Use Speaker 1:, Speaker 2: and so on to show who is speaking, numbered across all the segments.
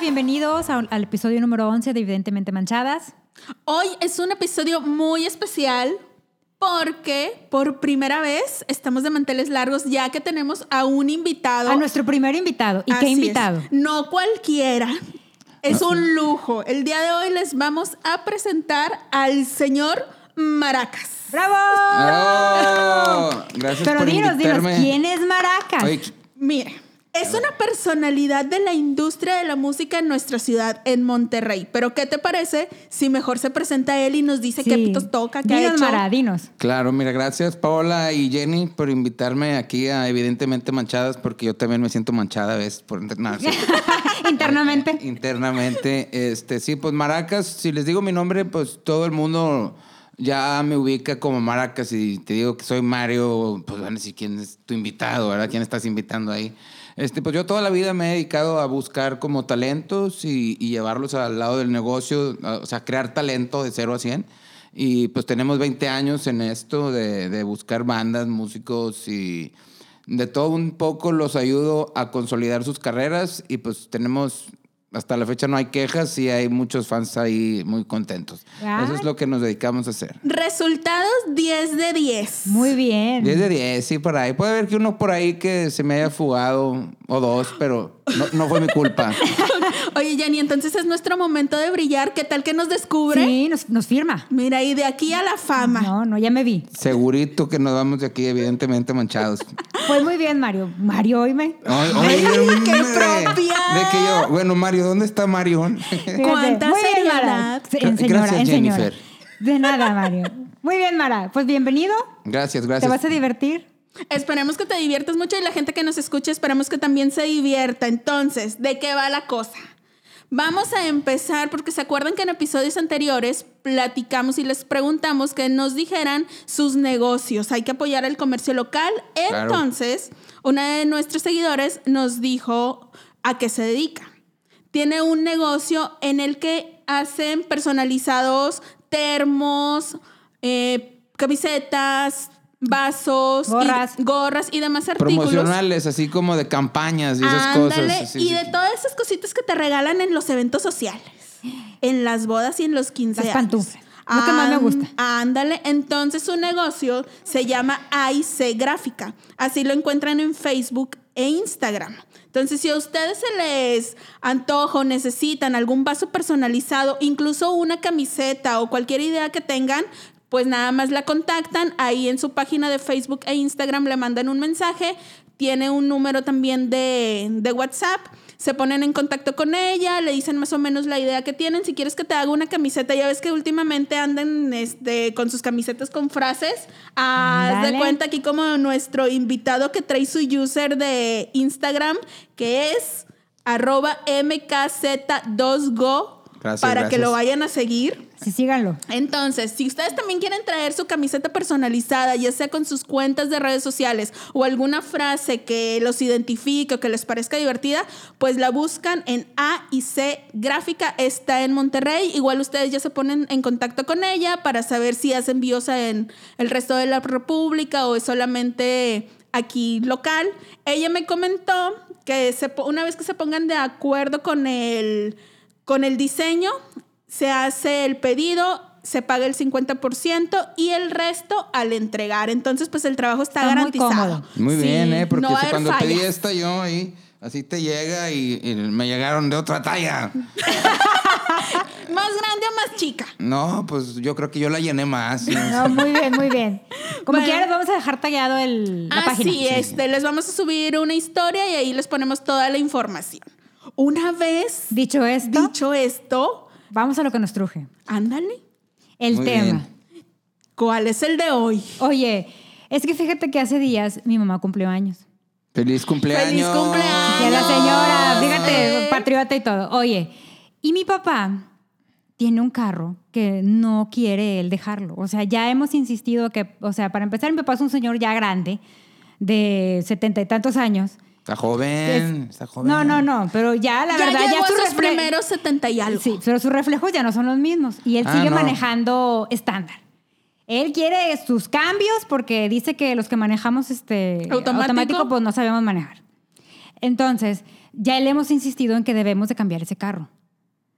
Speaker 1: bienvenidos a- al episodio número 11 de Evidentemente Manchadas.
Speaker 2: Hoy es un episodio muy especial porque por primera vez estamos de manteles largos ya que tenemos a un invitado.
Speaker 1: A nuestro primer invitado. ¿Y
Speaker 2: Así
Speaker 1: qué
Speaker 2: es.
Speaker 1: invitado?
Speaker 2: No cualquiera. Es un lujo. El día de hoy les vamos a presentar al señor Maracas.
Speaker 1: ¡Bravo!
Speaker 3: ¡Bravo! ¡Oh! Gracias
Speaker 1: Pero
Speaker 3: por
Speaker 1: dinos, dinos,
Speaker 3: invitarme.
Speaker 1: ¿quién es Maracas?
Speaker 3: Oye, qu-
Speaker 2: Mire, es una personalidad de la industria de la música en nuestra ciudad, en Monterrey. Pero ¿qué te parece si mejor se presenta él y nos dice qué
Speaker 1: Sí.
Speaker 2: pitos toca, qué ha
Speaker 1: Dinos,
Speaker 2: hecho?
Speaker 1: Mara, dinos.
Speaker 3: claro, mira, gracias Paola y Jenny por invitarme aquí a Evidentemente Manchadas, porque yo también me siento manchada a veces por no, sí.
Speaker 1: Internamente.
Speaker 3: internamente. Este, sí, pues Maracas, si les digo mi nombre, pues todo el mundo ya me ubica como Maracas y te digo que soy Mario, pues van a decir quién es tu invitado, ¿verdad? ¿Quién estás invitando ahí? Este, pues yo toda la vida me he dedicado a buscar como talentos y, y llevarlos al lado del negocio, a- o sea, crear talento de 0 a 100. Y pues tenemos 20 años en esto de, de buscar bandas, músicos y, de todo un poco los ayudo a consolidar sus carreras y pues tenemos, hasta la fecha no hay quejas y hay muchos fans ahí muy contentos.
Speaker 1: Ay.
Speaker 3: Eso es lo que nos dedicamos a hacer.
Speaker 2: Resultados 10 de 10.
Speaker 1: Muy bien.
Speaker 3: 10 de 10, sí, por ahí. Puede haber que uno por ahí que se me haya fugado o dos, pero no, no fue mi culpa.
Speaker 2: Oye, Jenny, entonces es nuestro momento de brillar. ¿Qué tal que nos descubre?
Speaker 1: Sí, nos, nos firma.
Speaker 2: Mira, y de aquí a la fama.
Speaker 1: No, no, ya me vi.
Speaker 3: Segurito que nos vamos de aquí, evidentemente manchados.
Speaker 1: Pues muy bien, Mario. Mario, oíme.
Speaker 3: Ay, ay,
Speaker 2: ¡Qué
Speaker 3: hombre.
Speaker 2: propia!
Speaker 3: De que yo, bueno, Mario, ¿dónde está Mario?
Speaker 1: Fíjate.
Speaker 2: ¿Cuánta
Speaker 1: Muy bien, Mara.
Speaker 2: seriedad?
Speaker 1: Sí, En señora,
Speaker 3: Gracias,
Speaker 1: en señora.
Speaker 3: Jennifer.
Speaker 1: De nada, Mario. Muy bien, Mara. Pues bienvenido.
Speaker 3: Gracias,
Speaker 1: ¿Te vas
Speaker 3: gracias.
Speaker 1: a divertir?
Speaker 2: Esperemos que te diviertas mucho y la gente que nos escuche, esperamos que también se divierta. Entonces, ¿de qué va la cosa? Vamos a empezar porque se acuerdan que en episodios anteriores platicamos y les preguntamos que nos dijeran sus negocios. Hay que apoyar el comercio local.
Speaker 3: Claro.
Speaker 2: Entonces, una de nuestros seguidores nos dijo a qué se dedica. Tiene un negocio en el que hacen personalizados termos, eh, camisetas, vasos, y-
Speaker 1: Gorras.
Speaker 2: gorras y demás artículos.
Speaker 3: Promocionales, así como de campañas y esas
Speaker 2: Ándale,
Speaker 3: cosas. Sí,
Speaker 2: y
Speaker 3: sí,
Speaker 2: de
Speaker 3: sí.
Speaker 2: todas esas cositas que te regalan en los eventos sociales, en las bodas y en los 15
Speaker 1: Las
Speaker 2: años.
Speaker 1: pantuflas, lo que más me
Speaker 2: Am-
Speaker 1: gusta.
Speaker 2: Ándale, entonces su negocio se llama AIC Gráfica. Así lo encuentran en Facebook e Instagram. Entonces, si a ustedes se les antoja o necesitan algún vaso personalizado, incluso una camiseta o cualquier idea que tengan, pues nada más la contactan. Ahí en su página de Facebook e Instagram le mandan un mensaje. Tiene un número también de, de WhatsApp. Se ponen en contacto con ella, le dicen más o menos la idea que tienen. Si quieres que te haga una camiseta, ya ves que últimamente andan este, con sus camisetas con frases. Haz
Speaker 1: Ándale.
Speaker 2: de cuenta aquí como nuestro invitado que trae su user de Instagram, que es arroba mkz2go,
Speaker 3: Gracias,
Speaker 2: para que
Speaker 3: gracias.
Speaker 2: lo vayan a seguir.
Speaker 1: Sí, síganlo.
Speaker 2: Entonces, si ustedes también quieren traer su camiseta personalizada, ya sea con sus cuentas de redes sociales o alguna frase que los identifique o que les parezca divertida, pues la buscan en A y C Gráfica, está en Monterrey. Igual ustedes ya se ponen en contacto con ella para saber si hace envíos en el resto de la República o es solamente aquí local. Ella me comentó que se po- una vez que se pongan de acuerdo con el, con el diseño, se hace el pedido, se paga el 50% y el resto al entregar. Entonces, pues el trabajo está,
Speaker 1: Está muy
Speaker 2: garantizado.
Speaker 1: cómodo.
Speaker 3: Muy
Speaker 2: Sí,
Speaker 3: bien, ¿eh? Porque
Speaker 2: no va a
Speaker 3: si
Speaker 2: haber
Speaker 3: cuando pedí
Speaker 2: fallas.
Speaker 3: esta yo ahí, así te llega y, y me llegaron de otra talla.
Speaker 2: Más grande o más chica.
Speaker 3: No, pues yo creo que yo la llené más.
Speaker 1: No, muy bien, muy bien. Como
Speaker 2: Bueno. Ah, este,
Speaker 1: quieras, vamos a dejar tallado el, la página.
Speaker 2: Así es, te- les vamos a subir una historia y ahí les ponemos toda la información. Una vez
Speaker 1: Dicho esto,
Speaker 2: dicho esto,
Speaker 1: vamos a lo que nos truje.
Speaker 2: ándale.
Speaker 1: El
Speaker 3: Muy
Speaker 1: tema.
Speaker 3: bien.
Speaker 2: ¿Cuál es el de hoy?
Speaker 1: Oye, es que fíjate que hace días mi mamá cumplió años.
Speaker 3: Feliz cumpleaños.
Speaker 2: ¡Feliz cumpleaños!
Speaker 1: Y a la
Speaker 2: ¡Ay!
Speaker 1: señora, fíjate,
Speaker 2: Sí.
Speaker 1: patriota y todo. Oye, y mi papá tiene un carro que no quiere él dejarlo. O sea, ya hemos insistido que, o sea, para empezar, mi papá es un señor ya grande, de setenta y tantos años.
Speaker 3: Está joven,
Speaker 1: Es-
Speaker 3: está joven.
Speaker 1: No, no, no, pero ya la
Speaker 2: ya
Speaker 1: verdad,
Speaker 2: llegó
Speaker 1: ya
Speaker 2: a
Speaker 1: su
Speaker 2: sus
Speaker 1: refle-
Speaker 2: primeros 70 y algo.
Speaker 1: Sí, pero sus reflejos ya no son los mismos y él
Speaker 3: Ah,
Speaker 1: sigue
Speaker 3: no.
Speaker 1: manejando estándar. Él quiere sus cambios porque dice que los que manejamos este
Speaker 2: Automático.
Speaker 1: pues no sabemos manejar. Entonces, ya le hemos insistido en que debemos de cambiar ese carro.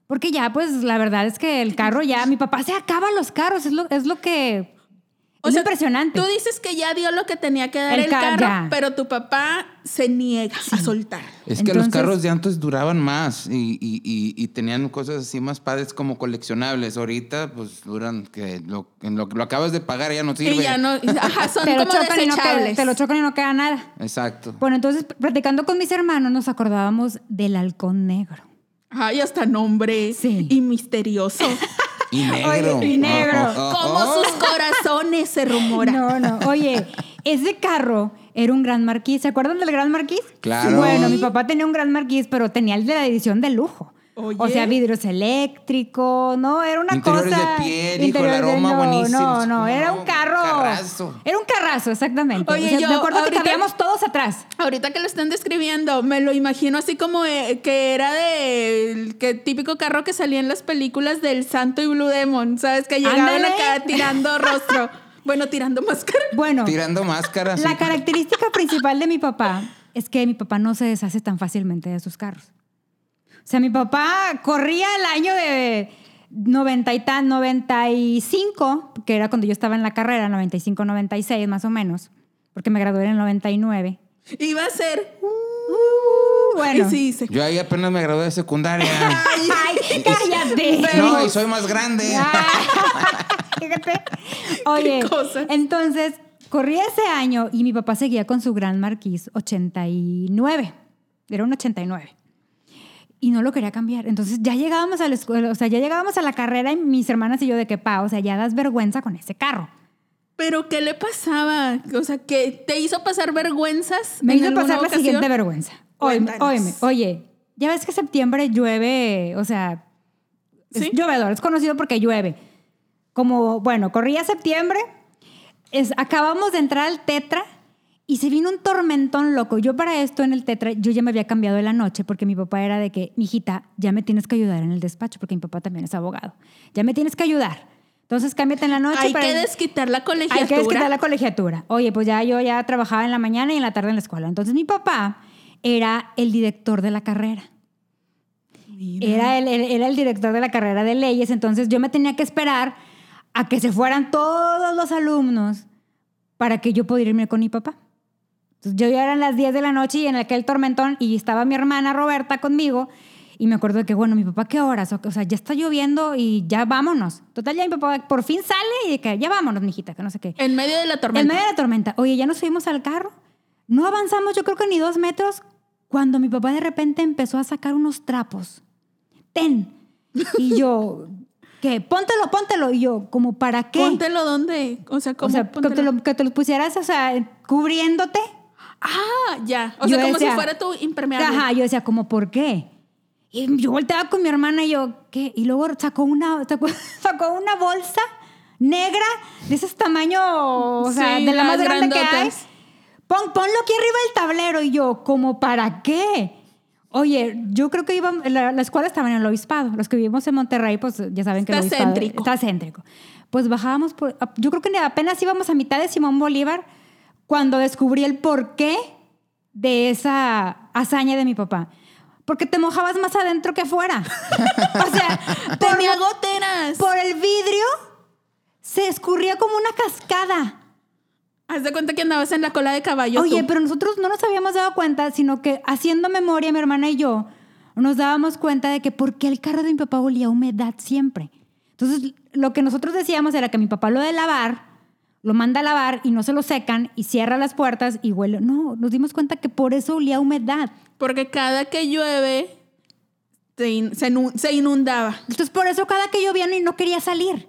Speaker 1: Porque ya, pues, la verdad es que el carro ya, mi papá se acaba los carros, es lo, es lo que...
Speaker 2: O
Speaker 1: es
Speaker 2: sea,
Speaker 1: impresionante.
Speaker 2: Tú dices que ya dio lo que tenía que dar
Speaker 1: El
Speaker 2: el,
Speaker 1: ca-
Speaker 2: carro,
Speaker 1: ya.
Speaker 2: pero tu papá se niega a soltar.
Speaker 3: Es que los
Speaker 1: Entonces-
Speaker 3: carros de antes duraban más y, y- y- y tenían cosas así más padres como coleccionables. Ahorita, pues duran que lo, en lo que lo acabas de pagar ya no sirve.
Speaker 2: Y ya no, ajá, son
Speaker 1: te, lo
Speaker 2: como
Speaker 1: chocan y no queda,
Speaker 2: desechables.
Speaker 1: te lo chocan y no queda nada.
Speaker 3: Exacto.
Speaker 1: Bueno, entonces, platicando con mis hermanos, nos acordábamos del halcón negro.
Speaker 2: Ay, hasta nombre
Speaker 1: Sí.
Speaker 2: y misterioso.
Speaker 3: Y negro. Oh,
Speaker 1: Oye, y negro.
Speaker 2: Como sus corazones se rumora.
Speaker 1: No, no. Oye, ese carro era un Gran Marquis. ¿Se acuerdan del Gran Marquis?
Speaker 3: Claro.
Speaker 1: Bueno, mi papá tenía un Gran Marquis, pero tenía el de la edición de lujo.
Speaker 2: Oye.
Speaker 1: O sea, vidrios eléctricos, no, era una
Speaker 3: Interiores
Speaker 1: cosa.
Speaker 3: de piel, hijo, el
Speaker 1: interiores de-
Speaker 3: aroma
Speaker 1: no,
Speaker 3: buenísimo.
Speaker 1: No, no, era
Speaker 3: No,
Speaker 1: un carro.
Speaker 3: carrazo.
Speaker 1: Era un carrazo, exactamente.
Speaker 2: Oye,
Speaker 1: O sea,
Speaker 2: yo
Speaker 1: me acuerdo
Speaker 2: ahorita-
Speaker 1: que cabíamos todos atrás.
Speaker 2: Ahorita que lo están describiendo, me lo imagino así como eh, que era del que típico carro que salía en las películas del Santo y Blue Demon, ¿sabes? Que llegaban
Speaker 1: Ándale.
Speaker 2: acá tirando rostro. bueno, tirando máscara.
Speaker 1: Bueno,
Speaker 3: Tirando máscaras.
Speaker 1: la característica principal de mi papá es que mi papá no se deshace tan fácilmente de sus carros. O sea, mi papá corría el año de 90 y tan, 95, que era cuando yo estaba en la carrera, 95, 96 más o menos, porque me gradué en el 99.
Speaker 2: Iba a ser.
Speaker 1: Uh, bueno.
Speaker 2: Y sí, se-
Speaker 3: Yo ahí apenas me gradué de secundaria.
Speaker 1: ¡Ay, cállate!
Speaker 3: no, y soy más grande.
Speaker 1: Ah, fíjate. Oye,
Speaker 2: Qué cosas.
Speaker 1: entonces corría ese año y mi papá seguía con su gran marquís 89. Era un 89. Y no lo quería cambiar. Entonces ya llegábamos a la escuela, o sea, ya llegábamos a la carrera y mis hermanas y yo de que, pa, o sea, ya das vergüenza con ese carro.
Speaker 2: Pero ¿qué le pasaba? O sea, que te hizo pasar vergüenzas.
Speaker 1: Me
Speaker 2: en
Speaker 1: hizo
Speaker 2: alguna
Speaker 1: pasar la
Speaker 2: ocasión?
Speaker 1: siguiente vergüenza. Óyeme,
Speaker 2: Cuéntanos.
Speaker 1: óyeme, oye, ya ves que septiembre llueve, o sea,
Speaker 2: Sí.
Speaker 1: es llovedor, es conocido porque llueve. Como, bueno, corría septiembre, es, acabamos de entrar al Tetra y se vino un tormentón loco. Yo para esto en el Tetra, yo ya me había cambiado de la noche porque mi papá era de que, mijita, ya me tienes que ayudar en el despacho porque mi papá también es abogado. Ya me tienes que ayudar. Entonces cámbiate en la noche.
Speaker 2: Hay
Speaker 1: para
Speaker 2: que
Speaker 1: el-
Speaker 2: desquitar la colegiatura.
Speaker 1: hay que desquitar la colegiatura. Oye, pues ya yo ya trabajaba en la mañana y en la tarde en la escuela. Entonces mi papá era el director de la carrera.
Speaker 2: Mira.
Speaker 1: Era el, el- era el director de la carrera de leyes. Entonces yo me tenía que esperar a que se fueran todos los alumnos para que yo pudiera irme con mi papá. Entonces yo ya eran las 10 de la noche y en aquel tormentón y estaba mi hermana Roberta conmigo. Y me acuerdo de que, bueno, mi papá, ¿qué horas? O, o sea, ya está lloviendo y ya vámonos. Total, ya mi papá por fin sale y de que ya vámonos, mijita, que no sé qué.
Speaker 2: En medio de la
Speaker 1: En
Speaker 2: tormenta.
Speaker 1: medio de la tormenta. Oye, ya nos subimos al carro. No avanzamos, yo creo que ni dos metros, cuando mi papá de repente empezó a sacar unos trapos. Ten. Y yo, ¿qué? Póntelo, póntelo. Y yo, ¿como para qué?
Speaker 2: Póntelo donde. O sea,
Speaker 1: o
Speaker 2: ¿cómo
Speaker 1: sea, que te,
Speaker 2: póntelo?
Speaker 1: lo, que te los pusieras, o sea, cubriéndote.
Speaker 2: Ah, ya. O
Speaker 1: Yo
Speaker 2: sea, como
Speaker 1: decía-
Speaker 2: si fuera tu impermeable.
Speaker 1: Ajá, yo decía, ¿como por qué? Y yo volteaba con mi hermana y yo, ¿qué? Y luego sacó una, sacó, sacó una bolsa negra de ese tamaño, o sea,
Speaker 2: Sí,
Speaker 1: de la
Speaker 2: las
Speaker 1: más grande que hay.
Speaker 2: grandotas.
Speaker 1: Pon, ponlo aquí arriba del tablero. Y yo, ¿como para qué? Oye, yo creo que iba, la, la escuela estaba en el obispado. Los que vivimos en Monterrey, pues ya saben que el
Speaker 2: Está
Speaker 1: obispado
Speaker 2: céntrico.
Speaker 1: está céntrico. Pues bajábamos, por, yo creo que ni apenas íbamos a mitad de Simón Bolívar cuando descubrí el porqué de esa hazaña de mi papá. Porque te mojabas más adentro que afuera. o sea, por-
Speaker 2: Tenía goteras.
Speaker 1: por el vidrio se escurría como una cascada.
Speaker 2: Haz de cuenta que andabas en la cola de caballo.
Speaker 1: Oye,
Speaker 2: tú.
Speaker 1: pero nosotros no nos habíamos dado cuenta, sino que haciendo memoria, mi hermana y yo, nos dábamos cuenta de que por qué el carro de mi papá olía a humedad siempre. Entonces, lo que nosotros decíamos era que mi papá lo de lavar, lo manda a lavar y no se lo secan y cierra las puertas y huele. No, nos dimos cuenta que por eso olía a humedad.
Speaker 2: Porque cada que llueve se, in- se inu- se inundaba.
Speaker 1: Entonces, por eso cada que llovía no, no quería salir.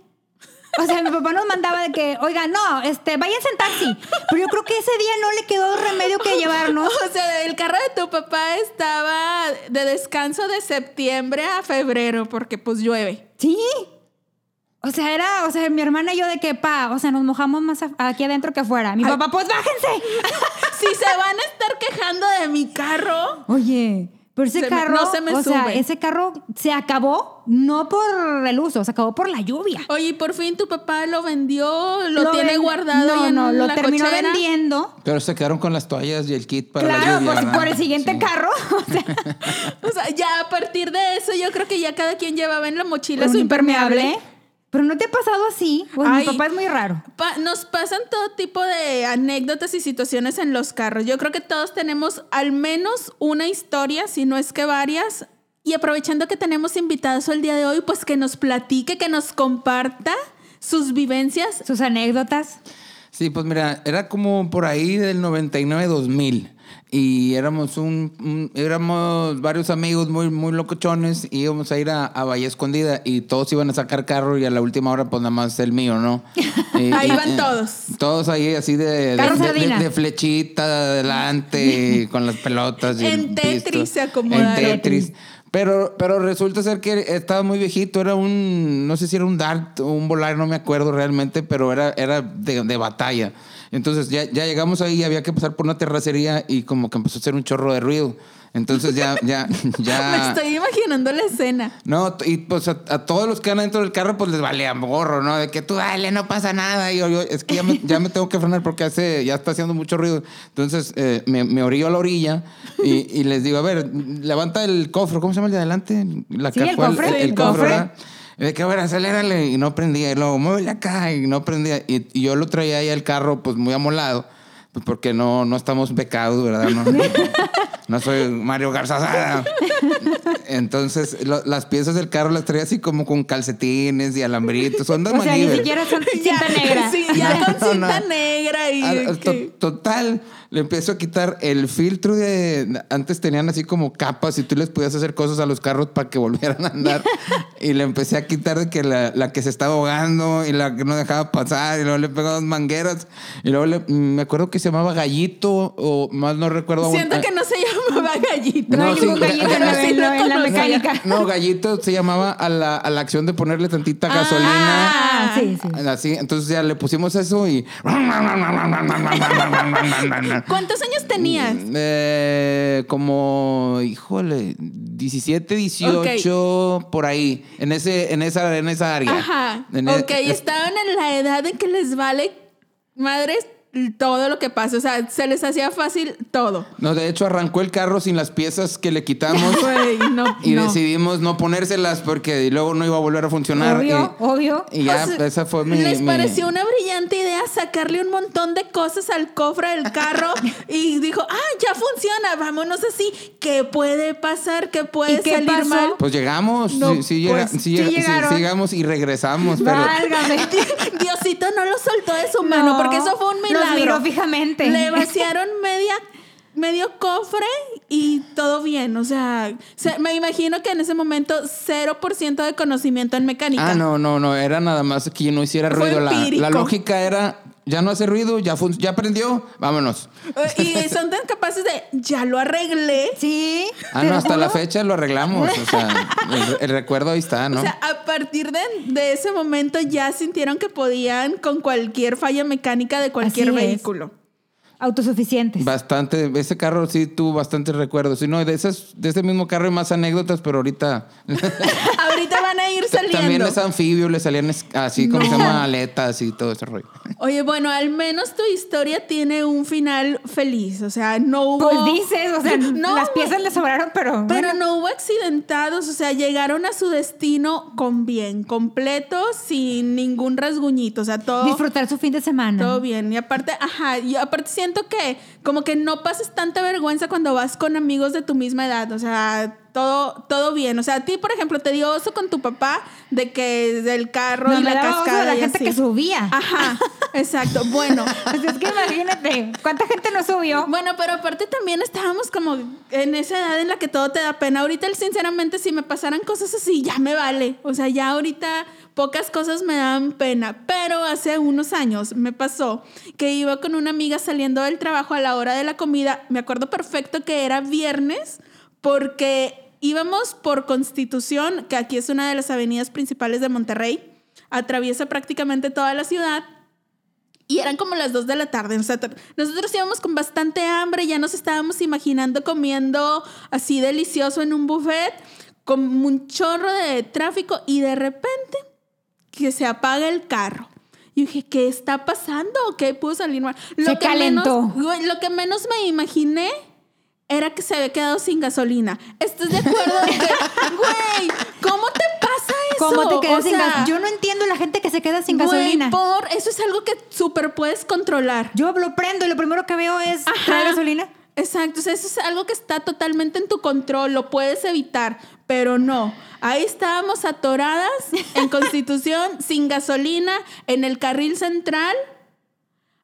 Speaker 1: O sea, mi papá nos mandaba de que, oiga, no, este, váyanse en taxi. Pero yo creo que ese día no le quedó remedio que llevarnos.
Speaker 2: O sea, el carro de tu papá estaba de descanso de septiembre a febrero porque pues llueve.
Speaker 1: Sí. O sea, era, o sea, mi hermana y yo de que, pa, o sea, nos mojamos más af- aquí adentro que afuera. Mi
Speaker 2: Ay.
Speaker 1: papá, pues bájense.
Speaker 2: Si se van a estar quejando de mi carro,
Speaker 1: Oye, Pero ese
Speaker 2: Se me-
Speaker 1: carro,
Speaker 2: no se me
Speaker 1: o sea,
Speaker 2: sube.
Speaker 1: ese carro se acabó no por el uso, se acabó por la lluvia.
Speaker 2: Oye, ¿y por fin tu papá lo vendió, lo, tiene
Speaker 1: ven-
Speaker 2: guardado.
Speaker 1: No,
Speaker 2: ahí en
Speaker 1: no, lo
Speaker 2: la
Speaker 1: terminó
Speaker 2: cochera?
Speaker 1: vendiendo.
Speaker 3: Pero se quedaron con las toallas y el kit para la
Speaker 1: Claro,
Speaker 3: lluvia.
Speaker 1: por,
Speaker 3: ¿verdad?
Speaker 1: por el siguiente
Speaker 3: Sí.
Speaker 1: carro. O sea,
Speaker 2: O sea, ya a partir de eso, yo creo que ya cada quien llevaba en la mochila
Speaker 1: un
Speaker 2: su impermeable.
Speaker 1: Pero no te ha pasado así. Pues mi
Speaker 2: Ay.
Speaker 1: papá es muy raro.
Speaker 2: Pa- nos pasan todo tipo de anécdotas y situaciones en los carros. Yo creo que todos tenemos al menos una historia, si no es que varias. Y aprovechando que tenemos invitados el día de hoy, pues que nos platique, que nos comparta sus vivencias.
Speaker 1: Sus anécdotas.
Speaker 3: Sí, pues mira, era como por ahí del 99-2000 y éramos un, un- éramos varios amigos muy muy locochones y íbamos a ir a, a Bahía Escondida y todos iban a sacar carro y a la última hora pues nada más el mío, ¿no? Y-
Speaker 2: Ahí
Speaker 3: y-
Speaker 2: van
Speaker 3: y-
Speaker 2: todos.
Speaker 3: Todos ahí así de de,
Speaker 1: Carro
Speaker 3: de- de-
Speaker 1: sardina.
Speaker 3: de flechita adelante con las pelotas y el
Speaker 2: En Tetris
Speaker 3: pisto.
Speaker 2: se acomodaron.
Speaker 3: En Tetris. Pero, pero resulta ser que estaba muy viejito, era un, no sé si era un dart o un volar, no me acuerdo realmente, pero era, era de, de batalla. Entonces ya, ya llegamos ahí y había que pasar por una terracería y como que empezó a hacer un chorro de ruido. Entonces ya, ya, ya.
Speaker 2: Me estoy imaginando la escena.
Speaker 3: No, t- y pues a, a todos los que van dentro del carro, pues les vale a gorro, ¿no? De que tú dale, no pasa nada. Y yo, yo, es que ya me, ya me tengo que frenar porque hace, ya está haciendo mucho ruido. Entonces eh, me, me orillo a la orilla y, y les digo, a ver, levanta el cofre, ¿cómo se llama el de adelante? La
Speaker 1: Sí, el
Speaker 3: cajuela-
Speaker 1: cofre.
Speaker 3: El,
Speaker 1: Sí, el
Speaker 3: cofre,
Speaker 1: cofre.
Speaker 3: ¿verdad? Y De que, a ver, acelérale. Y no prendía. Y luego, muévele acá. Y no prendía. Y, y yo lo traía ahí al carro, pues muy amolado. Pues porque no, no estamos becados, ¿verdad? No, no, no soy Mario Garzazada. Entonces, lo- las piezas del carro las traía así como con calcetines y alambritos. Son de
Speaker 1: O sea, ni
Speaker 3: manivel.
Speaker 1: siquiera son cinta
Speaker 2: Ya,
Speaker 1: negra.
Speaker 2: Sí, ya
Speaker 3: No,
Speaker 2: con cinta
Speaker 3: no.
Speaker 2: negra y...
Speaker 3: Al- al-
Speaker 2: que-
Speaker 3: to- Total, le empiezo a quitar el filtro de... Antes tenían así como capas y tú les podías hacer cosas a los carros para que volvieran a andar. y le empecé a quitar de que la, la que se estaba ahogando y la que no dejaba pasar. Y luego le pegaba dos mangueras. Y luego le- me acuerdo que se llamaba Gallito o más no recuerdo. aún.
Speaker 2: Siento
Speaker 3: Ah,
Speaker 2: que no se llamaba gallito.
Speaker 1: No,
Speaker 3: No,
Speaker 1: hay
Speaker 3: sí,
Speaker 1: ningún
Speaker 3: ga-
Speaker 1: gallito en
Speaker 3: ga-
Speaker 1: la- en la- en la
Speaker 2: No, ya-
Speaker 1: mecánica.
Speaker 3: Ah, No, Gallito se llamaba a la, a la acción de ponerle tantita gasolina.
Speaker 1: Ah, sí, sí.
Speaker 3: Así, entonces ya le pusimos eso y...
Speaker 2: ¿Cuántos años tenías?
Speaker 3: Mm, Eh, como, híjole, 17, 18, por ahí, en ese, en esa, en esa área.
Speaker 2: Ajá.
Speaker 3: En e-
Speaker 2: ok,
Speaker 3: es-
Speaker 2: estaban en la edad en que les vale madres todo lo que pasa. O sea, se les hacía fácil todo.
Speaker 3: No, de hecho arrancó el carro sin las piezas que le quitamos
Speaker 2: Güey, no,
Speaker 3: y
Speaker 2: no.
Speaker 3: decidimos no ponérselas porque luego no iba a volver a funcionar.
Speaker 1: Obvio,
Speaker 3: y,
Speaker 1: obvio.
Speaker 3: y ya,
Speaker 2: O sea,
Speaker 3: esa fue mi...
Speaker 2: Les
Speaker 3: mi-
Speaker 2: pareció una brillante idea sacarle un montón de cosas al cofre del carro y dijo, ah, ya funciona, vámonos así. ¿Qué puede pasar? ¿Qué puede
Speaker 1: ¿Y qué
Speaker 2: salir
Speaker 1: pasó?
Speaker 2: mal?
Speaker 3: Pues llegamos,
Speaker 2: No,
Speaker 3: sí, sí llega-
Speaker 2: pues,
Speaker 3: sí
Speaker 1: sí
Speaker 3: llega- sí-
Speaker 1: llegaron.
Speaker 3: sí llegamos y regresamos, pero...
Speaker 1: Válgame.
Speaker 2: Diosito no lo soltó de su mano
Speaker 1: No,
Speaker 2: porque eso fue un
Speaker 1: los
Speaker 2: milagro.
Speaker 1: miró fijamente.
Speaker 2: Le vaciaron media medio cofre y todo bien, o sea, se- me imagino que en ese momento 0% de conocimiento en mecánica.
Speaker 3: Ah, no, no, no, era nada más que no hiciera
Speaker 2: Fue
Speaker 3: ruido. La,
Speaker 2: empírico.
Speaker 3: la lógica era, ya no hace ruido, ya, fun- ya aprendió, vámonos.
Speaker 2: Eh, Y son tan capaces de, ya lo arreglé.
Speaker 1: Sí.
Speaker 3: Ah,
Speaker 1: te
Speaker 3: no,
Speaker 1: lo
Speaker 3: hasta la
Speaker 1: juro.
Speaker 3: fecha lo arreglamos. O sea, el, el recuerdo ahí está, ¿no?
Speaker 2: O sea, a partir de, de ese momento ya sintieron que podían con cualquier falla mecánica de cualquier
Speaker 1: Así es.
Speaker 2: vehículo.
Speaker 1: Autosuficientes.
Speaker 3: bastante, ese carro sí tuvo bastantes recuerdos. Y no, de, esas, de ese mismo carro hay más anécdotas, pero ahorita
Speaker 2: Ahorita van a ir saliendo.
Speaker 3: también es anfibio, le salían es- así, como se
Speaker 1: No.
Speaker 3: llama, aletas y todo ese rollo.
Speaker 2: Oye, bueno, al menos tu historia tiene un final feliz. O sea, no hubo.
Speaker 1: Pues dices, o sea,
Speaker 2: No,
Speaker 1: las piezas le sobraron, pero.
Speaker 2: Pero no hubo accidentados. O sea, llegaron a su destino con bien, completo, sin ningún rasguñito. O sea, todo.
Speaker 1: disfrutar su fin de semana.
Speaker 2: Todo bien. Y aparte, ajá, y aparte siento que como que no pasas tanta vergüenza cuando vas con amigos de tu misma edad. O sea, todo, todo bien. O sea, a ti, por ejemplo, te dio oso con tu papá de que del carro
Speaker 1: No,
Speaker 2: y
Speaker 1: me
Speaker 2: la
Speaker 1: daba oso de
Speaker 2: cascada.
Speaker 1: la
Speaker 2: y
Speaker 1: gente
Speaker 2: así. Ah.
Speaker 1: que subía.
Speaker 2: Ajá, exacto. Bueno.
Speaker 1: Pues es que imagínate, ¿cuánta gente no subió?
Speaker 2: Bueno, pero aparte también estábamos como en esa edad en la que todo te da pena. Ahorita, sinceramente, si me pasaran cosas así, ya me vale. O sea, ya ahorita pocas cosas me dan pena. Pero hace unos años me pasó que iba con una amiga saliendo del trabajo a la hora de la comida. Me acuerdo perfecto que era viernes porque íbamos por Constitución, que aquí es una de las avenidas principales de Monterrey. Atraviesa prácticamente toda la ciudad. Y eran como las 2 de la tarde. O sea, t- nosotros íbamos con bastante hambre, ya nos estábamos imaginando comiendo así delicioso en un buffet, con un chorro de tráfico y de repente que se apaga el carro. Y dije, ¿qué está pasando? ¿Qué pudo salir mal?
Speaker 1: Se calentó.
Speaker 2: menos- güey, lo que menos me imaginé era que se había quedado sin gasolina. ¿Estás de acuerdo? De que, Güey, ¿cómo te pasa eso?
Speaker 1: ¿Cómo te quedas
Speaker 2: O
Speaker 1: sin
Speaker 2: sea,
Speaker 1: gasolina? Yo no entiendo la gente que se queda sin
Speaker 2: Güey,
Speaker 1: gasolina.
Speaker 2: por eso es algo que súper puedes controlar.
Speaker 1: Yo lo prendo y lo primero que veo es trae
Speaker 2: Ajá.
Speaker 1: gasolina.
Speaker 2: Exacto, o sea, eso es algo que está totalmente en tu control, lo puedes evitar, pero no. Ahí estábamos atoradas en Constitución, sin gasolina, en el carril central,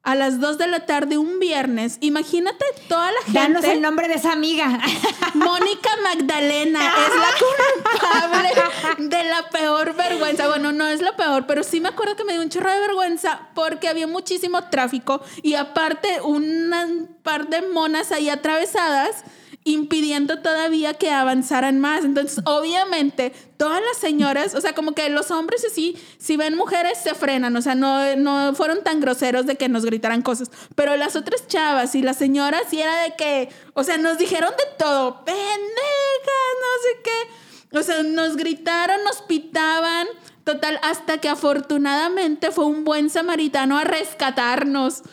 Speaker 2: a las 2 de la tarde un viernes. Imagínate toda la
Speaker 1: Danos el
Speaker 2: gente.
Speaker 1: nombre de esa amiga.
Speaker 2: Mónica Magdalena es la culpable de la peor vergüenza. Bueno, no es la peor, pero sí me acuerdo que me dio un chorro de vergüenza porque había muchísimo tráfico y aparte una- un par de monas ahí atravesadas impidiendo todavía que avanzaran más. Entonces, obviamente, todas las señoras, o sea, como que los hombres así, si ven mujeres, se frenan, o sea, no, no fueron tan groseros de que nos gritaran cosas, pero las otras chavas y las señoras sí era de que, o sea, nos dijeron de todo, pendejas, no sé qué, o sea, nos gritaron, nos pitaban, total, hasta que afortunadamente fue un buen samaritano a rescatarnos.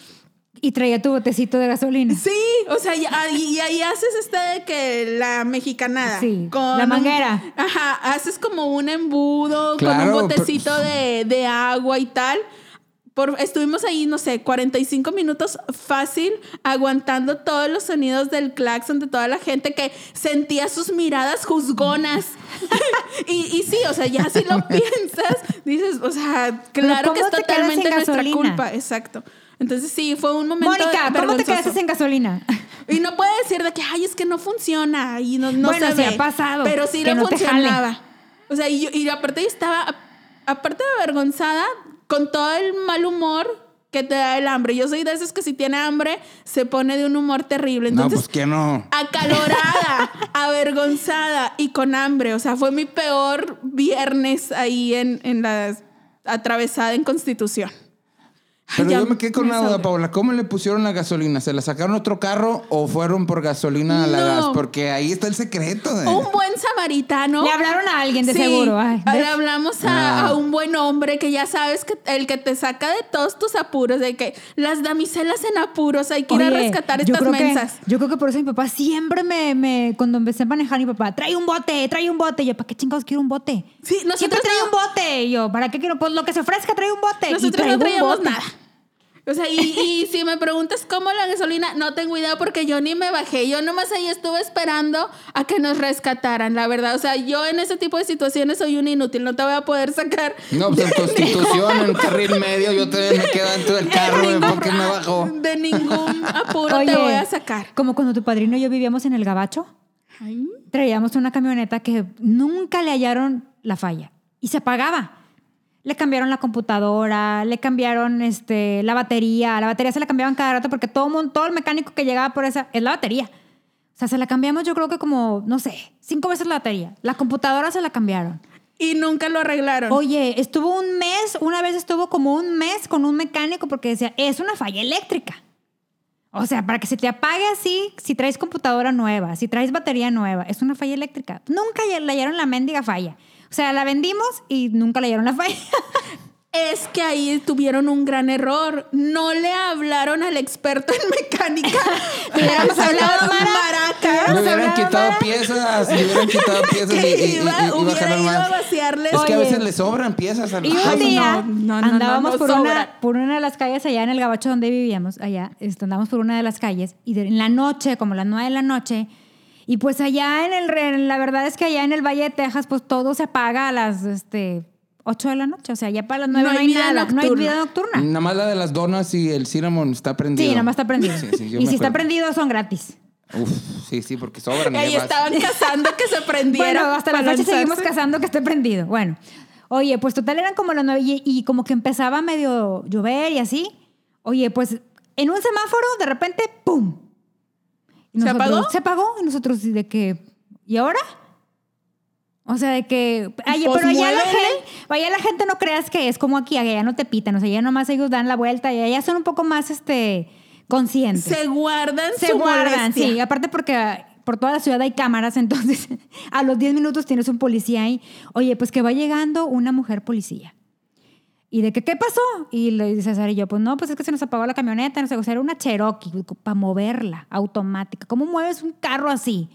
Speaker 1: y traía tu botecito de gasolina.
Speaker 2: Sí, o sea, y, ah, y- y ahí haces esta de que la mexicanada.
Speaker 1: Sí, la manguera.
Speaker 2: un- ajá, haces como un embudo
Speaker 3: Claro,
Speaker 2: con un
Speaker 3: pero-
Speaker 2: botecito de, de agua y tal. Por, estuvimos ahí, no sé, 45 minutos fácil, aguantando todos los sonidos del claxon de toda la gente que sentía sus miradas juzgonas. y, y sí, o sea, ya si lo piensas, dices, o sea, claro que
Speaker 1: ¿cómo te quedas sin
Speaker 2: es totalmente nuestra
Speaker 1: gasolina?
Speaker 2: culpa. Exacto. Entonces sí, fue un momento
Speaker 1: Mónica, ¿cómo te
Speaker 2: vergonzoso.
Speaker 1: quedaste sin gasolina?
Speaker 2: Y no puede decir de que, ay, es que no funciona y no, no
Speaker 1: Bueno,
Speaker 2: se
Speaker 1: sí
Speaker 2: ve.
Speaker 1: ha pasado,
Speaker 2: Pero sí
Speaker 1: que
Speaker 2: no,
Speaker 1: no te
Speaker 2: funcionaba. O sea, y, yo- y aparte yo estaba, a- aparte de avergonzada, con todo el mal humor que te da el hambre. Yo soy de esos que si tiene hambre se pone de un humor terrible.
Speaker 3: No,
Speaker 2: Entonces,
Speaker 3: pues que no.
Speaker 2: acalorada, avergonzada y con hambre. O sea, fue mi peor viernes ahí en, en la atravesada en Constitución.
Speaker 3: Pero
Speaker 2: Ya
Speaker 3: yo me quedé con una duda,
Speaker 2: sabré.
Speaker 3: Paula. ¿Cómo le pusieron la gasolina? ¿Se la sacaron a otro carro o fueron por gasolina a la
Speaker 2: No. Oh
Speaker 3: gas? Porque ahí está el secreto. De...
Speaker 2: Un buen samaritano.
Speaker 1: Le hablaron a alguien de
Speaker 2: Sí,
Speaker 1: seguro. Ay,
Speaker 2: le
Speaker 1: ¿ves?
Speaker 2: hablamos a,
Speaker 3: Ah.
Speaker 2: a un buen hombre que ya sabes que el que te saca de todos tus apuros, de que las damiselas en apuros hay que ir a
Speaker 1: Oye,
Speaker 2: rescatar
Speaker 1: yo
Speaker 2: estas
Speaker 1: creo que-
Speaker 2: mensas.
Speaker 1: yo creo que por eso mi papá siempre me, me- cuando empecé a manejar, mi papá, trae un bote, trae un bote. Y yo, ¿para qué chingados quiero un bote?
Speaker 2: Sí, nosotros
Speaker 1: siempre trae
Speaker 2: no-
Speaker 1: un bote. Y yo, ¿para qué quiero? Pues lo que se ofrezca, trae un bote. Y
Speaker 2: Nosotros
Speaker 1: traigo
Speaker 2: no
Speaker 1: un
Speaker 2: traíamos
Speaker 1: bote.
Speaker 2: nada. O sea, y, y si me preguntas cómo la gasolina, no tengo idea porque yo ni me bajé. Yo nomás ahí estuve esperando a que nos rescataran, la verdad. O sea, yo en ese tipo de situaciones soy un inútil. No te voy a poder sacar.
Speaker 3: No, pues en Constitución, en carril medio, yo también me quedo dentro del carro,
Speaker 2: de
Speaker 3: güey,
Speaker 2: ningún-
Speaker 3: ¿por qué me bajo?
Speaker 2: De ningún apuro
Speaker 1: Oye,
Speaker 2: te voy a sacar.
Speaker 1: Como cuando tu padrino y yo vivíamos en el Gabacho,
Speaker 2: Ay.
Speaker 1: traíamos una camioneta que nunca le hallaron la falla y se apagaba. Le cambiaron la computadora, le cambiaron este, la batería. La batería se la cambiaban cada rato porque todo, mun- todo el mecánico que llegaba por esa es la batería. O sea, se la cambiamos yo creo que como, no sé, cinco veces la batería. La computadora se la cambiaron.
Speaker 2: Y nunca lo arreglaron.
Speaker 1: Oye, estuvo un mes, una vez estuvo como un mes con un mecánico porque decía, es una falla eléctrica. O sea, para que se te apague así, si traes computadora nueva, si traes batería nueva, es una falla eléctrica. Nunca ya- le hallaron la mendiga falla. O sea, la vendimos y nunca le hallaron la falla.
Speaker 2: Es que ahí tuvieron un gran error. No le hablaron al experto en mecánica.
Speaker 1: Hubiéramos
Speaker 2: Se
Speaker 1: hablado
Speaker 2: llama
Speaker 1: Mara.
Speaker 2: Maraca.
Speaker 3: Le
Speaker 1: Vamos a
Speaker 3: hubieran
Speaker 1: hablar
Speaker 3: quitado
Speaker 1: ahora.
Speaker 3: piezas, le hubieran quitado piezas y, y- y-
Speaker 2: Iba-
Speaker 3: y- y
Speaker 2: hubiera
Speaker 3: bajaron
Speaker 2: ido a
Speaker 3: más.
Speaker 2: vaciarles.
Speaker 3: Es que a
Speaker 1: Oye.
Speaker 3: veces le sobran piezas a los
Speaker 1: Y un
Speaker 2: Ay,
Speaker 1: día
Speaker 2: no, no, no,
Speaker 1: andábamos
Speaker 2: no, no,
Speaker 1: por, una,
Speaker 2: sobra.
Speaker 1: por una de las calles allá en el gabacho donde vivíamos, allá, este, andábamos por una de las calles y de- en la noche, como las nueve de la noche, y pues allá en el, re- la verdad es que allá en el Valle de Texas, pues todo se apaga a las este, 8 de la noche, o sea, ya para las nueve
Speaker 2: No
Speaker 1: no,
Speaker 2: hay
Speaker 1: hay nada,
Speaker 2: vida
Speaker 1: no hay
Speaker 2: nocturna.
Speaker 1: vida nocturna.
Speaker 3: Nada más la de las donas y el cinnamon está prendido.
Speaker 1: Sí, nada más está prendido.
Speaker 3: Sí, sí, yo
Speaker 1: y
Speaker 3: me
Speaker 1: si está
Speaker 3: acuerdo.
Speaker 1: prendido, son gratis.
Speaker 3: Uf, sí, sí, porque sobran. y
Speaker 2: Ahí
Speaker 3: ya vas.
Speaker 2: estaban cazando que se prendieron.
Speaker 1: Bueno, hasta la
Speaker 2: para
Speaker 1: noche seguimos
Speaker 2: lanzarse.
Speaker 1: cazando que esté prendido. Bueno, oye, pues total eran como las nueve y, y como que empezaba medio llover y así. Oye, pues en un semáforo de repente, ¡pum! Y
Speaker 2: ¿Se apagó?
Speaker 1: Se apagó y nosotros de que, ¿y ahora? O sea, de que. Ay,
Speaker 2: Pues,
Speaker 1: pero allá la,
Speaker 2: muévele.
Speaker 1: gente, allá la gente no creas que es como aquí, allá no te pitan. O sea, allá nomás ellos dan la vuelta y allá son un poco más este, conscientes.
Speaker 2: Se guardan
Speaker 1: Se
Speaker 2: su
Speaker 1: guardan,
Speaker 2: molestia.
Speaker 1: sí. Aparte porque por toda la ciudad hay cámaras, entonces a los 10 minutos tienes un policía ahí. Oye, pues que va llegando una mujer policía. ¿Y de que, qué pasó? Y le dice César y yo, pues no, pues es que se nos apagó la camioneta, no sé, o sea, era una Cherokee para moverla automática. ¿Cómo mueves un carro así?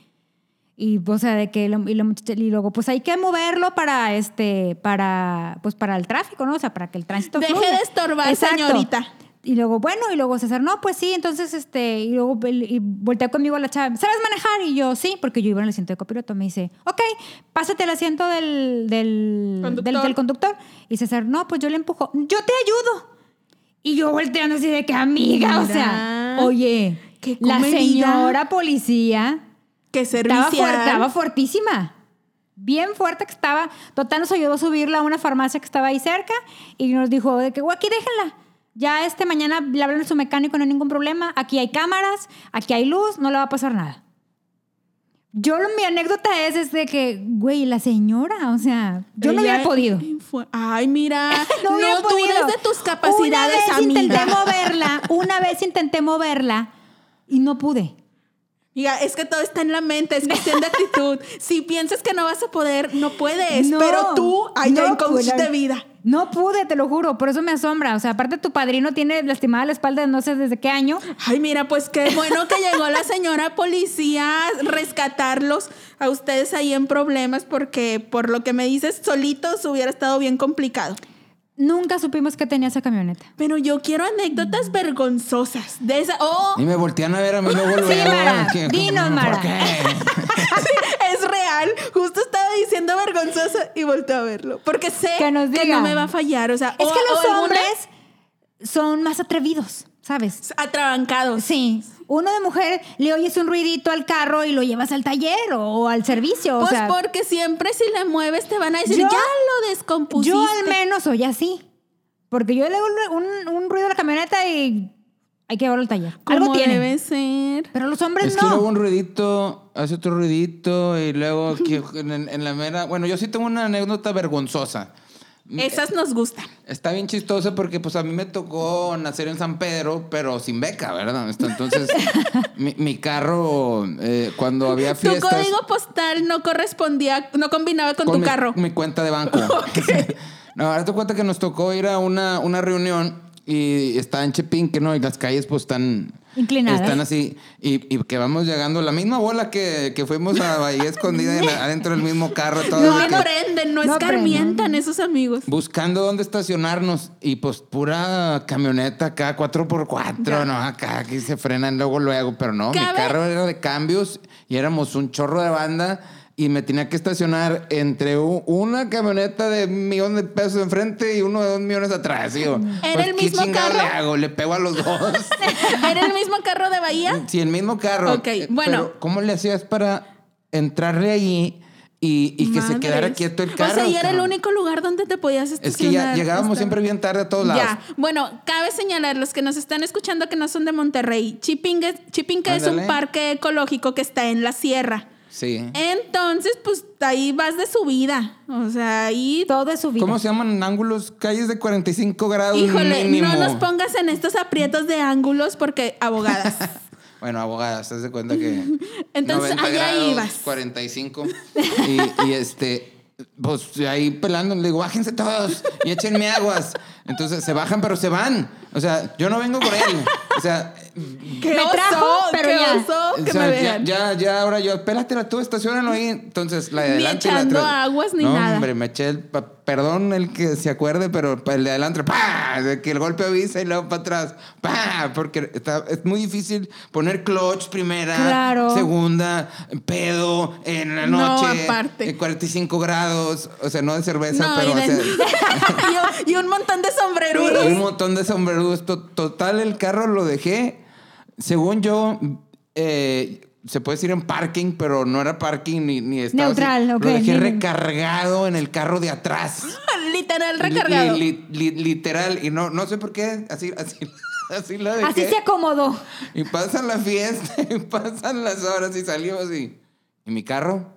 Speaker 1: Y, o sea, de que, la- y, la muchacha- y luego, pues hay que moverlo para, este, para, pues para el tráfico, ¿no? O sea, para que el tránsito
Speaker 2: Deje
Speaker 1: fluya.
Speaker 2: de estorbar, señorita.
Speaker 1: Y luego, bueno, y luego César, no, pues sí, entonces, este, y luego el- y voltea conmigo la chava, ¿sabes manejar? Y yo, sí, porque yo iba en el asiento de copiloto. Me dice, ok, pásate el asiento del, del,
Speaker 2: Conductor.
Speaker 1: del, del conductor. Y César, no, pues yo le empujo, yo te ayudo. Y yo volteando así de que, amiga, o sea,
Speaker 2: Mira,
Speaker 1: oye,
Speaker 2: qué
Speaker 1: la
Speaker 2: comedida.
Speaker 1: señora policía
Speaker 2: Que
Speaker 1: estaba, fuerte,
Speaker 2: servicial.
Speaker 1: estaba fuertísima. Bien fuerte que estaba. Total nos ayudó a subirla a una farmacia que estaba ahí cerca y nos dijo de que, "Güey, aquí déjenla. Ya este mañana le hablan a su mecánico, no hay ningún problema. Aquí hay cámaras, aquí hay luz, no le va a pasar nada. Yo, lo- mi anécdota es, es de que, güey, la señora, o sea, yo no
Speaker 2: Ella
Speaker 1: hubiera podido.
Speaker 2: fue- Ay, mira, no,
Speaker 1: hubiera podido.
Speaker 2: dudes de tus capacidades,
Speaker 1: Una vez intenté
Speaker 2: amiga.
Speaker 1: moverla, una vez intenté moverla y no pude.
Speaker 2: Mira, es que todo está en la mente, es cuestión de actitud. Si piensas que no vas a poder, no puedes.
Speaker 1: No,
Speaker 2: pero tú, hay
Speaker 1: no
Speaker 2: un coach
Speaker 1: pude.
Speaker 2: de vida.
Speaker 1: No pude, te lo juro, por eso me asombra. O sea, aparte tu padrino tiene lastimada la espalda no sé desde qué año.
Speaker 2: Ay, mira, pues qué bueno que llegó la señora policía a rescatarlos a ustedes ahí en problemas, porque por lo que me dices, solitos hubiera estado bien complicado.
Speaker 1: Nunca supimos que tenía esa camioneta.
Speaker 2: Pero yo quiero anécdotas vergonzosas de esa. ¡Oh!
Speaker 3: Y me voltean a ver a mí, me vuelven a ver.
Speaker 1: Mara,
Speaker 3: ¿Qué?
Speaker 1: dinos,
Speaker 3: ¿Por
Speaker 1: Mara.
Speaker 3: qué?
Speaker 2: es real. Justo estaba diciendo vergonzosa y volteé a verlo. Porque sé que,
Speaker 1: Que nos
Speaker 2: no
Speaker 1: diga.
Speaker 2: me va a fallar. O sea,
Speaker 1: Es
Speaker 2: o-
Speaker 1: que
Speaker 2: o
Speaker 1: los
Speaker 2: alguna-
Speaker 1: hombres son más atrevidos, ¿sabes?
Speaker 2: Atrabancados.
Speaker 1: Sí. Uno de mujer le oyes un ruidito al carro y lo llevas al taller o al servicio.
Speaker 2: Pues
Speaker 1: o sea,
Speaker 2: porque siempre si le mueves te van a decir,
Speaker 1: Yo-
Speaker 2: ya lo descompusiste.
Speaker 1: yo al menos soy así. Porque yo le hago un, un- un ruido a la camioneta y hay que llevarlo al taller. Algo
Speaker 2: Como
Speaker 1: tiene.
Speaker 2: debe ser.
Speaker 1: Pero los hombres
Speaker 3: Es
Speaker 1: no.
Speaker 3: que luego un ruidito, hace otro ruidito y luego que en, en la mera... Bueno, yo sí tengo una anécdota vergonzosa. Mm,
Speaker 2: Esas nos gustan.
Speaker 3: Está bien chistosa porque pues a mí me tocó nacer en San Pedro, pero sin beca, ¿verdad? Este, Entonces, mi, mi carro, eh, cuando había
Speaker 2: Tu
Speaker 3: fiestas...
Speaker 2: código postal no correspondía, no combinaba con, tu
Speaker 3: mi,
Speaker 2: carro.
Speaker 3: Mi cuenta de banco. no, ahora te cuenta que nos tocó ir a una, una reunión y está en Chepinque, ¿no? Y las calles pues están...
Speaker 1: Inclinadas.
Speaker 3: Están así. Y, y que vamos llegando la misma bola que, que fuimos a Bahía Escondida en- adentro del mismo carro. todo
Speaker 2: No
Speaker 3: de que-
Speaker 2: aprenden, no,
Speaker 1: No
Speaker 2: escarmientan
Speaker 1: aprenden.
Speaker 2: esos amigos.
Speaker 3: buscando dónde estacionarnos y pues pura camioneta acá, 4x4, ¿no? Acá aquí se frenan luego, luego, pero no,
Speaker 2: Cabe-
Speaker 3: mi carro era de cambios y éramos un chorro de banda y me tenía que estacionar entre u- una camioneta de un millón de pesos enfrente y uno de dos millones atrás. Digo, Pues,
Speaker 2: ¿Era el
Speaker 3: ¿qué
Speaker 2: mismo
Speaker 3: chingado
Speaker 2: carro?
Speaker 3: le hago? Le pego a los dos.
Speaker 2: ¿Era el mismo carro de Bahía?
Speaker 3: sí, el mismo carro.
Speaker 2: Ok,
Speaker 3: Eh,
Speaker 2: bueno.
Speaker 3: pero, ¿Cómo le hacías para entrarle allí y, y que se quedara
Speaker 2: Madres.
Speaker 3: quieto el carro?
Speaker 2: O sea, y era el
Speaker 3: cabrón?
Speaker 2: único lugar donde te podías
Speaker 3: Es que ya
Speaker 2: estacionar.
Speaker 3: llegábamos
Speaker 2: Estaba-
Speaker 3: siempre bien tarde a todos lados.
Speaker 2: Ya, bueno, cabe señalar, los que nos están escuchando que no son de Monterrey, Chipinque, Chipinque es un
Speaker 3: Ándale.
Speaker 2: parque ecológico que está en la sierra.
Speaker 3: Sí.
Speaker 2: Eh, Entonces, pues ahí vas de subida. O sea, ahí.
Speaker 1: Todo es su vida.
Speaker 3: ¿Cómo se llaman ángulos? Calles de 45 grados
Speaker 2: Híjole,
Speaker 3: mínimo.
Speaker 2: no nos pongas en estos aprietos de ángulos porque abogadas.
Speaker 3: Bueno, abogadas, haz de cuenta que...
Speaker 2: Entonces,
Speaker 3: 90
Speaker 2: allá
Speaker 3: grados,
Speaker 2: ibas.
Speaker 3: 45. Y, y este... Pues ahí pelando, le digo, bájense todos y échenme aguas. Entonces se bajan, pero se van. O sea, yo no vengo por él. O sea,
Speaker 2: ¡Qué
Speaker 1: Me
Speaker 2: oso!
Speaker 1: trajo, pero
Speaker 2: ¡Qué
Speaker 1: ya.
Speaker 2: oso!
Speaker 3: o
Speaker 2: Que
Speaker 3: sea,
Speaker 2: me
Speaker 3: ya,
Speaker 2: vean.
Speaker 3: ya, ya, ahora yo, espératela tú, estacionalo ahí. Entonces la de
Speaker 2: Ni
Speaker 3: adelante. y la de
Speaker 2: echando
Speaker 3: atrás.
Speaker 2: aguas ni
Speaker 3: no,
Speaker 2: nada.
Speaker 3: Hombre, me eché el. pa- perdón el que se acuerde, pero pa- el de adelante, ¡pa! De que el golpe avisa y luego para atrás, ¡pa! Porque está- es muy difícil poner clutch primera,
Speaker 1: Claro.
Speaker 3: segunda, pedo en la
Speaker 2: No,
Speaker 3: noche. eh,
Speaker 2: aparte.
Speaker 3: En 45 grados, o sea, no de cerveza,
Speaker 2: No,
Speaker 3: pero.
Speaker 2: y,
Speaker 3: o sea,
Speaker 2: de- y un- y un montón de sombrerudos.
Speaker 3: un montón de sombrerudos. To- Total, el carro lo dejé. Según yo, eh, se puede decir en parking, pero no era parking ni, ni estaba así.
Speaker 1: Neutral, ok,
Speaker 3: Lo dejé
Speaker 1: ni-
Speaker 3: recargado en el carro de atrás.
Speaker 2: Literal recargado.
Speaker 3: Li- li- li- literal. Y no, no sé por qué. Así, así, así lo dejé.
Speaker 1: Así se acomodó.
Speaker 3: Y pasan la fiesta, y pasan las horas y salimos y... ¿Y mi carro?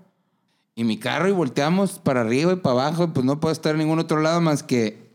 Speaker 3: y mi carro y volteamos para arriba y para abajo, y pues no puedo estar en ningún otro lado más que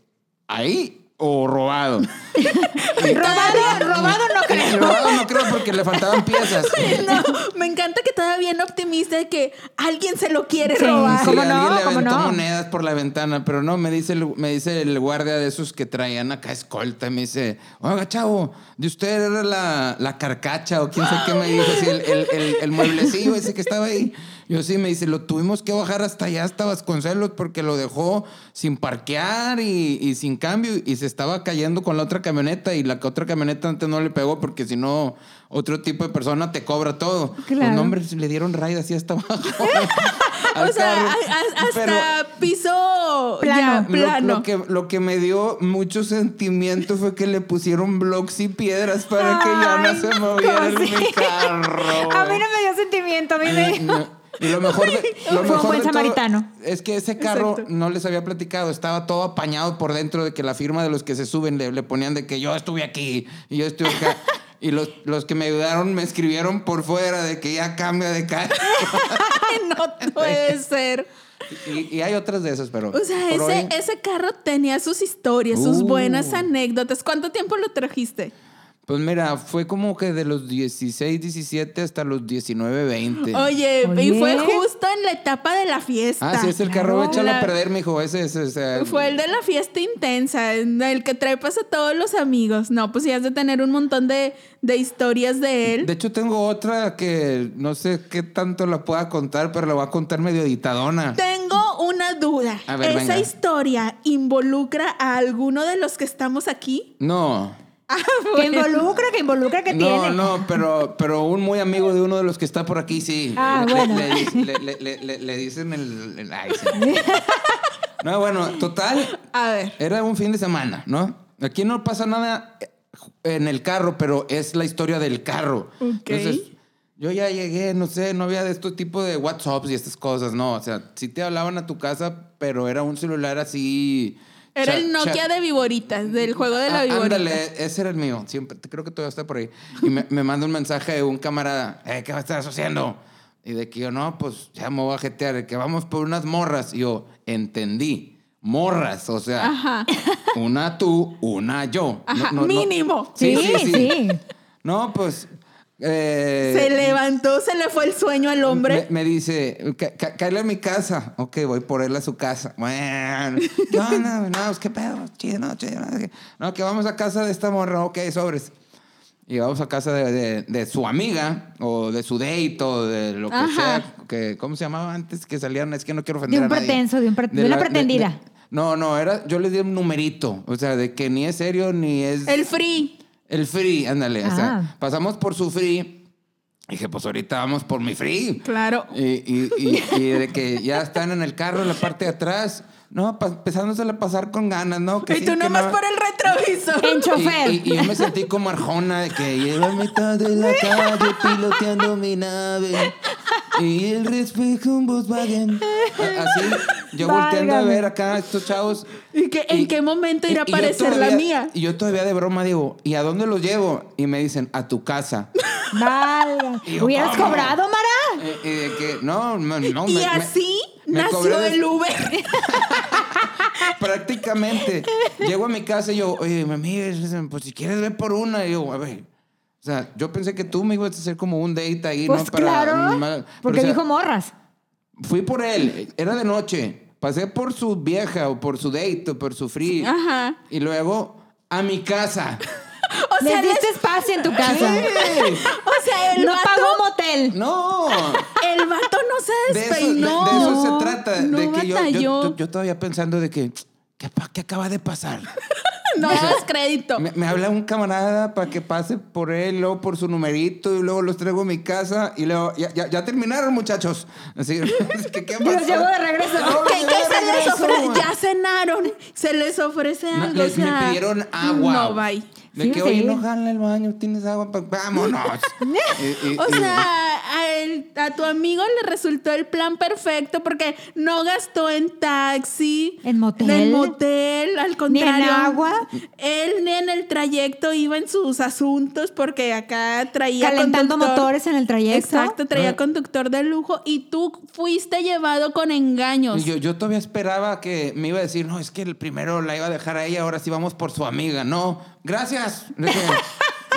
Speaker 3: ahí o robado.
Speaker 2: Robado, robado no creo.
Speaker 3: Robado no creo porque le faltaban piezas.
Speaker 2: No, me encanta que todavía bien optimista de que alguien se lo quiere
Speaker 1: Sí.
Speaker 2: robar.
Speaker 1: ¿Cómo
Speaker 3: Sí,
Speaker 1: no?
Speaker 3: alguien le
Speaker 1: ¿Cómo
Speaker 3: aventó
Speaker 1: no?
Speaker 3: monedas por la ventana, pero no, me dice, el, me dice el guardia de esos que traían acá escolta, me dice, oiga, chavo, de usted era la, la carcacha o quién sabe qué me dijo, así, el, el, el- el mueblecillo ese que estaba ahí. Yo sí, me dice, lo tuvimos que bajar hasta allá, hasta Vasconcelos, porque lo dejó sin parquear y, y sin cambio y se estaba cayendo con la otra camioneta y la otra camioneta antes no le pegó porque si no, otro tipo de persona te cobra todo.
Speaker 1: Claro.
Speaker 3: Los nombres le dieron raid así hasta abajo.
Speaker 2: O
Speaker 3: Al
Speaker 2: sea,
Speaker 3: carro.
Speaker 2: a- a-
Speaker 3: Pero
Speaker 2: hasta piso
Speaker 1: Plano.
Speaker 2: ya,
Speaker 3: lo-
Speaker 2: plano.
Speaker 3: Lo, que, lo que me dio mucho sentimiento fue que le pusieron blocks y piedras para que ya no
Speaker 1: Ay,
Speaker 3: se moviera
Speaker 1: no, sí.
Speaker 3: mi carro.
Speaker 1: A mí no me dio sentimiento, a mí me dio-
Speaker 3: Oh. No, Y lo mejor, de-
Speaker 1: Fue
Speaker 3: lo
Speaker 1: un
Speaker 3: mejor
Speaker 1: buen
Speaker 3: de todo
Speaker 1: samaritano.
Speaker 3: es que ese carro no les había platicado, estaba todo apañado por dentro de que la firma de los que se suben le, le ponían de que yo estuve aquí y yo estuve acá. y los, los que me ayudaron me escribieron por fuera de que ya cambia de carro.
Speaker 2: Ay, no puede ser.
Speaker 3: Y, y hay otras de esas, pero.
Speaker 2: O sea,
Speaker 3: por
Speaker 2: ese,
Speaker 3: hoy-
Speaker 2: ese carro tenía sus historias, sus
Speaker 3: Uh.
Speaker 2: buenas anécdotas. ¿Cuánto tiempo lo trajiste?
Speaker 3: Pues mira, fue como que de los 16, 17 hasta los 19, 20.
Speaker 2: Oye, y
Speaker 1: Oye.
Speaker 2: fue justo en la etapa de la fiesta.
Speaker 3: ah, sí, es el carro,
Speaker 1: Claro.
Speaker 3: échalo
Speaker 2: La-
Speaker 3: a perder, mijo. Ese es, o sea,
Speaker 2: Fue el de la fiesta intensa, en el que trepas a todos los amigos. No, pues sí has de tener un montón de, de historias de él.
Speaker 3: De hecho, tengo otra que no sé qué tanto la pueda contar, pero la voy a contar medio editadona.
Speaker 2: Tengo una duda.
Speaker 3: A ver,
Speaker 2: ¿Esa
Speaker 3: venga.
Speaker 2: historia involucra a alguno de los que estamos aquí?
Speaker 3: No.
Speaker 1: Que involucra, que involucra, que
Speaker 3: no,
Speaker 1: tiene.
Speaker 3: no, pero, pero un muy amigo de uno de los que está por aquí, sí.
Speaker 1: Ah,
Speaker 3: Le-
Speaker 1: bueno.
Speaker 3: Le, le- le- le- le- le dicen el... el- ay, sí. No, bueno, total,
Speaker 2: A ver.
Speaker 3: Era un fin de semana, ¿no? Aquí no pasa nada en el carro, pero es la historia del carro.
Speaker 2: Ok.
Speaker 3: yo ya llegué, no sé, no había de este tipo de WhatsApps y estas cosas, no. O sea, sí te hablaban a tu casa, pero era un celular así.
Speaker 2: Era
Speaker 3: cha-
Speaker 2: el
Speaker 3: cha-
Speaker 2: Nokia de Viboritas, del juego de la
Speaker 3: Ah,
Speaker 2: Viborita.
Speaker 3: Ándale, ese era el mío. Siempre, creo que todavía está por ahí. Y me, me manda un mensaje de un camarada. "Eh, ¿Qué estás haciendo? Y de que yo, no, pues ya me voy a jetear. Que vamos por unas morras. Y yo, entendí. Morras, o sea,
Speaker 2: Ajá.
Speaker 3: una tú, una yo.
Speaker 2: Ajá,
Speaker 3: No, no, no.
Speaker 2: mínimo.
Speaker 1: Sí, sí.
Speaker 3: No, pues... eh,
Speaker 2: Se levantó, se le fue el sueño al hombre.
Speaker 3: me, me dice, "Ca- ca- cáele a mi casa. Ok, voy por él a su casa. Bueno, ¿qué onda? No, pues, qué pedo. Chido, no, chido. No, que- no, que vamos a casa de esta morra. Ok, sobres. Y vamos a casa de, de- de su amiga o de su date o de lo que
Speaker 2: Ajá.
Speaker 3: sea. Que, ¿Cómo se llamaba antes que salían? Es que no quiero ofender
Speaker 1: un
Speaker 3: a nadie.
Speaker 1: pretenso, de un pre- de una pretendida.
Speaker 3: no, no, era, yo le di un numerito. O sea, de que ni es serio ni es...
Speaker 2: El free.
Speaker 3: El free, ándale. O
Speaker 1: Ah.
Speaker 3: sea, pasamos por su free. Dije, pues ahorita vamos por mi free.
Speaker 2: Claro.
Speaker 3: Y, y- y- y de que ya están en el carro, en la parte de atrás. No, pa- empezándosela a pasar con ganas, ¿no? Que
Speaker 2: y
Speaker 3: sí,
Speaker 2: tú
Speaker 3: que
Speaker 2: nomás
Speaker 3: no.
Speaker 2: por el retrovisor.
Speaker 1: En chofer.
Speaker 3: Y, y- y yo me sentí como Arjona, de que lleva a mitad de la calle piloteando mi nave. Y el respeto un Volkswagen. A- Así, yo volteando a
Speaker 1: Válgame.
Speaker 3: ver acá a estos chavos.
Speaker 2: ¿Y que, en
Speaker 3: Y-
Speaker 2: qué momento irá a
Speaker 3: y- y yo
Speaker 2: aparecer la
Speaker 3: todavía-
Speaker 2: mía?
Speaker 3: Y yo todavía de broma digo, ¿y a dónde los llevo? Y me dicen, a tu casa.
Speaker 1: Válgame.
Speaker 3: Digo,
Speaker 1: ¿Hubieras
Speaker 3: ¿cómo?
Speaker 1: cobrado, Mara?
Speaker 3: Eh, eh, de que, no, no, no.
Speaker 2: y
Speaker 3: me- me-
Speaker 2: así
Speaker 3: me cobré
Speaker 2: nació
Speaker 3: des-
Speaker 2: el Uber.
Speaker 3: Prácticamente. Llego a mi casa y yo, oye, mi amiga, dicen, pues si quieres ver por una. Y yo, a ver. O sea, yo pensé que tú me ibas a hacer como un date ahí,
Speaker 1: Pues
Speaker 3: ¿no?
Speaker 1: claro.
Speaker 3: mal- pero,
Speaker 1: porque
Speaker 3: o sea,
Speaker 1: dijo morras.
Speaker 3: Fui por él, era de noche. Pasé por su vieja o por su date o por su free.
Speaker 2: Ajá.
Speaker 3: Y luego a mi casa.
Speaker 2: O sea,
Speaker 1: Les
Speaker 2: les-
Speaker 1: diste espacio en tu casa.
Speaker 3: Sí.
Speaker 2: o sea, el
Speaker 1: No
Speaker 2: vato-
Speaker 1: pagó motel.
Speaker 3: ¡No!
Speaker 2: El vato no se
Speaker 3: De eso, de-
Speaker 2: despeinó.
Speaker 3: de eso
Speaker 2: No,
Speaker 3: se trata.
Speaker 2: no
Speaker 3: de que yo- yo,
Speaker 2: batalló.
Speaker 3: yo- yo todavía pensando de que, ¿qué, pa- qué acaba de pasar?
Speaker 2: No das crédito.
Speaker 3: Me, me habla un camarada para que pase por él, luego por su numerito, y luego los traigo a mi casa, y luego, ya, ya- ya terminaron, muchachos. Así, es que, ¿qué
Speaker 1: Y los
Speaker 3: pasó?
Speaker 1: llevo de regreso.
Speaker 3: No,
Speaker 2: ¿Qué,
Speaker 3: los
Speaker 2: qué
Speaker 3: llevo de
Speaker 2: se les
Speaker 3: regreso.
Speaker 2: ofrece? Ya cenaron. Se les ofrece
Speaker 3: No,
Speaker 2: algo.
Speaker 3: les,
Speaker 2: o sea,
Speaker 3: me pidieron agua.
Speaker 2: No, bye.
Speaker 3: De
Speaker 1: Sí,
Speaker 3: que, oye,
Speaker 1: sí.
Speaker 3: no jala el baño, tienes agua, Pa- vámonos. Y- y-
Speaker 2: O
Speaker 3: y-
Speaker 2: sea, a, él- a tu amigo le resultó el plan perfecto porque no gastó en taxi,
Speaker 1: En motel.
Speaker 2: en motel, al contrario.
Speaker 1: agua.
Speaker 2: Él ni en el trayecto iba en sus asuntos porque acá traía
Speaker 1: Calentando
Speaker 2: conductor.
Speaker 1: motores en el trayecto.
Speaker 2: Exacto,
Speaker 3: Ah.
Speaker 2: traía conductor de lujo y tú fuiste llevado con engaños.
Speaker 3: Yo, yo todavía esperaba que me iba a decir, no, es que el primero la iba a dejar ahí, ahora sí vamos por su amiga. No, gracias. Le dije,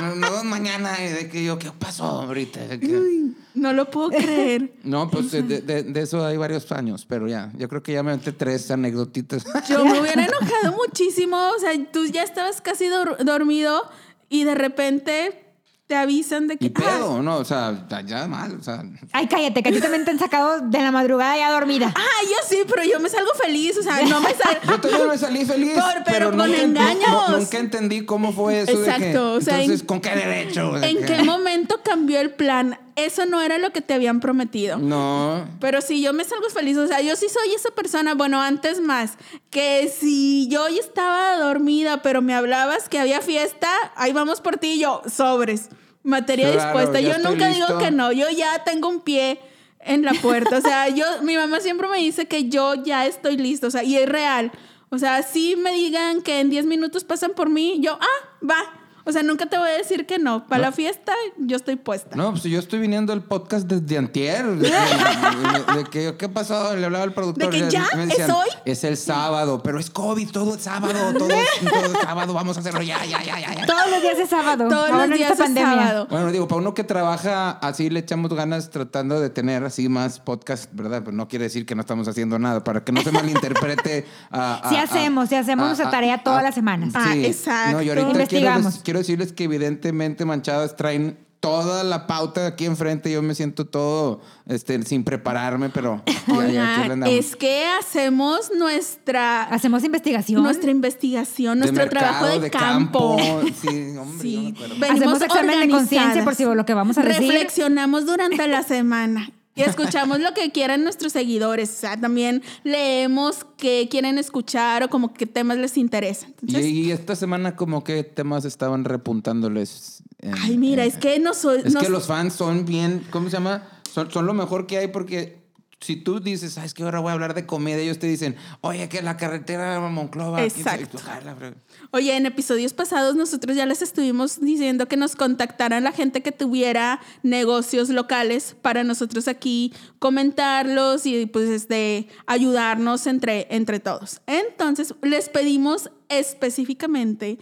Speaker 3: "No, nos vemos mañana. Y de que yo, ¿qué pasó ahorita? De que-
Speaker 2: Uy, no lo puedo creer.
Speaker 3: No, pues de, de- de eso hay varios años, pero ya, yo creo que ya me metí tres anecdotitas.
Speaker 2: Yo me hubiera enojado muchísimo. O sea, tú ya estabas casi dor- dormido y de repente te avisan de que. "Ah,
Speaker 3: Y pedo, ¿no? O sea, ya mal, o sea.
Speaker 1: Ay, cállate, que a ti también te han sacado de la madrugada ya dormida.
Speaker 2: Ah, ah, yo sí, pero yo me salgo feliz. O sea, no me
Speaker 3: Yo
Speaker 2: salgo.
Speaker 3: también me salí feliz,
Speaker 2: Por- pero
Speaker 3: pero,
Speaker 2: con
Speaker 3: nunca, ent-
Speaker 2: engaños.
Speaker 3: no- nunca entendí cómo fue eso. de que-
Speaker 2: Exacto, o sea, en-
Speaker 3: entonces, ¿con qué derecho? De
Speaker 2: ¿En
Speaker 3: que-
Speaker 2: qué momento cambió el plan? Eso no era lo que te habían prometido.
Speaker 3: No.
Speaker 2: Pero si yo me salgo feliz, o sea, yo sí soy esa persona, bueno, antes más, que si yo ya estaba dormida, pero me hablabas que había fiesta, ahí vamos por ti y yo, sobres, materia
Speaker 3: Claro,
Speaker 2: dispuesta.
Speaker 3: ya
Speaker 2: Yo
Speaker 3: estoy
Speaker 2: nunca digo
Speaker 3: listo.
Speaker 2: que no, yo ya tengo un pie en la puerta. O sea, yo, mi mamá siempre me dice que yo ya estoy listo, o sea, y es real. O sea, si me digan que en 10 minutos pasan por mí, yo, ah, va. O sea, nunca te voy a decir que no. Para la fiesta, yo estoy puesta.
Speaker 3: No, pues yo estoy viniendo el podcast desde antier. De, que- de que, ¿qué pasó? Le hablaba al
Speaker 2: De
Speaker 3: productor.
Speaker 2: que
Speaker 3: y
Speaker 2: ya,
Speaker 3: me
Speaker 2: ¿es hoy?
Speaker 3: Es el sábado, pero es COVID, todo es sábado, todo, todo es sábado, vamos a hacerlo ya, ya, ya, ya. ya.
Speaker 1: Todos los días es sábado.
Speaker 2: Todos
Speaker 1: ahora
Speaker 2: los
Speaker 1: en
Speaker 2: días
Speaker 1: esta
Speaker 2: es sábado.
Speaker 3: Bueno, digo, para uno que trabaja así le echamos ganas tratando de tener así más podcast, ¿verdad? Pero no quiere decir que no estamos haciendo nada, para que no se malinterprete. a- a-
Speaker 1: Sí
Speaker 3: a-
Speaker 1: hacemos, sí hacemos nuestra tarea todas las semanas.
Speaker 2: Ah,
Speaker 3: Sí.
Speaker 2: exacto.
Speaker 3: No, y ahorita quiero,
Speaker 1: Investigamos.
Speaker 3: des- quiero decirles que evidentemente manchadas traen toda la pauta aquí enfrente. Yo me siento todo este, sin prepararme, pero ya, ya, aquí le
Speaker 2: Oigan,
Speaker 3: andamos.
Speaker 2: es que hacemos nuestra
Speaker 1: Hacemos investigación.
Speaker 2: nuestra investigación,
Speaker 3: De
Speaker 2: nuestro
Speaker 3: mercado,
Speaker 2: trabajo de, campo.
Speaker 3: Sí, hombre, yo me
Speaker 2: Sí,
Speaker 3: acuerdo.
Speaker 2: venimos
Speaker 1: Hacemos examen de conciencia
Speaker 2: organizadas.
Speaker 1: por si lo que vamos a decir.
Speaker 2: Reflexionamos durante la semana y escuchamos lo que quieran nuestros seguidores. O sea, también leemos qué quieren escuchar o como qué temas les interesan.
Speaker 3: Y,
Speaker 2: Entonces,
Speaker 3: y esta semana, como que temas estaban repuntándoles. eh, en-
Speaker 2: ay, mira,
Speaker 3: en-
Speaker 2: es que no soy.
Speaker 3: Es
Speaker 2: no-
Speaker 3: que los fans son bien, ¿cómo se llama? Son, son lo mejor que hay porque si tú dices, ay, es que ahora voy a hablar de comida, ellos te dicen, oye, que la carretera de Monclova. quién sabe,
Speaker 2: Exacto.
Speaker 3: ojalá, pero-
Speaker 2: Oye, en episodios pasados nosotros ya les estuvimos diciendo que nos contactaran la gente que tuviera negocios locales para nosotros aquí comentarlos y pues este ayudarnos entre, entre todos. Entonces, les pedimos específicamente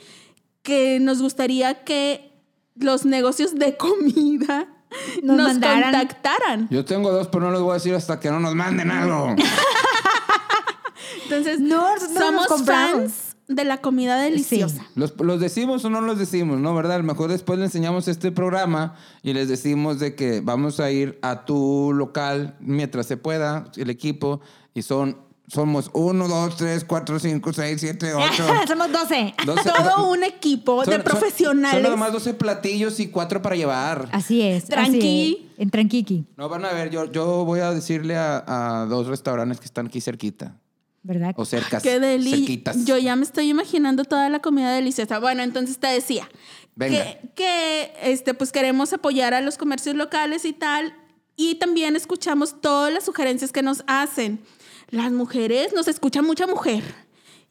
Speaker 2: que nos gustaría que los negocios de comida
Speaker 1: Nos
Speaker 2: nos,
Speaker 1: mandaran.
Speaker 2: contactaran.
Speaker 3: Yo tengo dos, pero no los voy a decir hasta que no nos manden algo.
Speaker 2: Entonces,
Speaker 1: No, nosotros no nos
Speaker 2: somos
Speaker 1: compramos.
Speaker 2: fans de la comida deliciosa.
Speaker 3: ¿Los, los decimos o no los decimos? No, ¿verdad? A lo mejor después le enseñamos este programa y les decimos de que vamos a ir a tu local mientras se pueda, el equipo, y son, somos 1, 2, 3, 4, 5, 6, 7, 8.
Speaker 1: Somos 12.
Speaker 2: Todo un equipo Pues de
Speaker 3: Son
Speaker 2: profesionales.
Speaker 3: nada más 12 platillos y 4 para llevar.
Speaker 1: Así es.
Speaker 2: Tranqui.
Speaker 1: así es. En tranquiqui,
Speaker 3: No, van a ver, yo, yo voy a decirle a, a dos restaurantes que están aquí cerquita.
Speaker 1: ¿verdad?
Speaker 3: O cercas.
Speaker 2: Qué delicia.
Speaker 3: cerquitas.
Speaker 2: Yo ya me estoy imaginando toda la comida deliciosa. Bueno, entonces te decía
Speaker 3: Venga.
Speaker 2: que, que, este, pues queremos apoyar a los comercios locales y tal. Y también escuchamos todas las sugerencias que nos hacen. Las mujeres, nos escucha mucha mujer.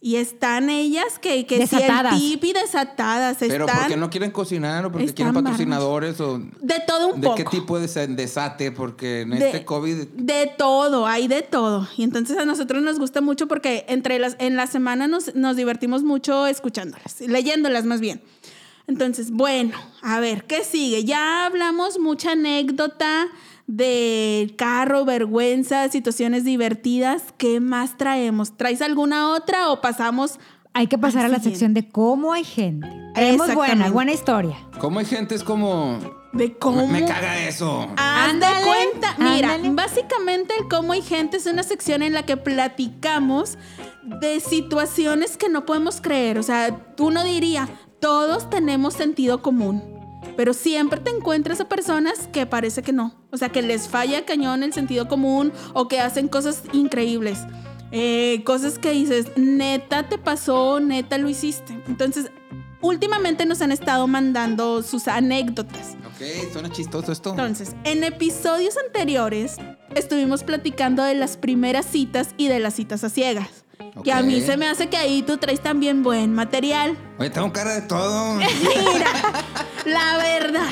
Speaker 2: Y están ellas que, que sí, el
Speaker 1: Desatadas.
Speaker 2: tip y desatadas.
Speaker 3: Pero
Speaker 2: están
Speaker 3: porque no quieren cocinar o porque
Speaker 2: están
Speaker 3: quieren
Speaker 2: bárbaros.
Speaker 3: patrocinadores o...
Speaker 2: de todo un
Speaker 3: ¿De
Speaker 2: poco.
Speaker 3: qué tipo de desa- desate? Porque en
Speaker 2: De-
Speaker 3: este COVID.
Speaker 2: De todo, hay de todo. Y entonces a nosotros nos gusta mucho porque entre las, en la semana nos, nos divertimos mucho escuchándolas, leyéndolas más bien. Entonces, bueno, a ver, ¿qué sigue? Ya hablamos mucha anécdota del carro, vergüenza, situaciones divertidas. ¿Qué más traemos? ¿Traes alguna otra o pasamos?
Speaker 1: Hay que pasar
Speaker 2: Al
Speaker 1: a la
Speaker 2: siguiente.
Speaker 1: sección de cómo hay gente. Tenemos buena,
Speaker 2: Exactamente.
Speaker 1: buena historia.
Speaker 3: ¿Cómo hay gente? Es como.
Speaker 2: ¿De
Speaker 3: Me,
Speaker 2: cómo? Ah.
Speaker 3: me caga eso.
Speaker 2: Haz de
Speaker 1: Ándale,
Speaker 2: cuenta. Mira,
Speaker 1: ándale.
Speaker 2: básicamente el cómo hay gente es una sección en la que platicamos de situaciones que no podemos creer. O sea, uno diría, todos tenemos sentido común. Pero siempre te encuentras a personas que parece que no. O sea, que les falla cañón el sentido común o que hacen cosas increíbles. Eh, cosas que dices, neta te pasó, neta lo hiciste. Entonces, últimamente nos han estado mandando sus anécdotas.
Speaker 3: Ok, suena chistoso esto.
Speaker 2: Entonces, en episodios anteriores estuvimos platicando de las primeras citas y de las citas a ciegas. Que a mí
Speaker 3: Ok.
Speaker 2: se me hace que ahí tú traes también buen material.
Speaker 3: Oye, tengo cara de todo.
Speaker 2: Mira, la verdad.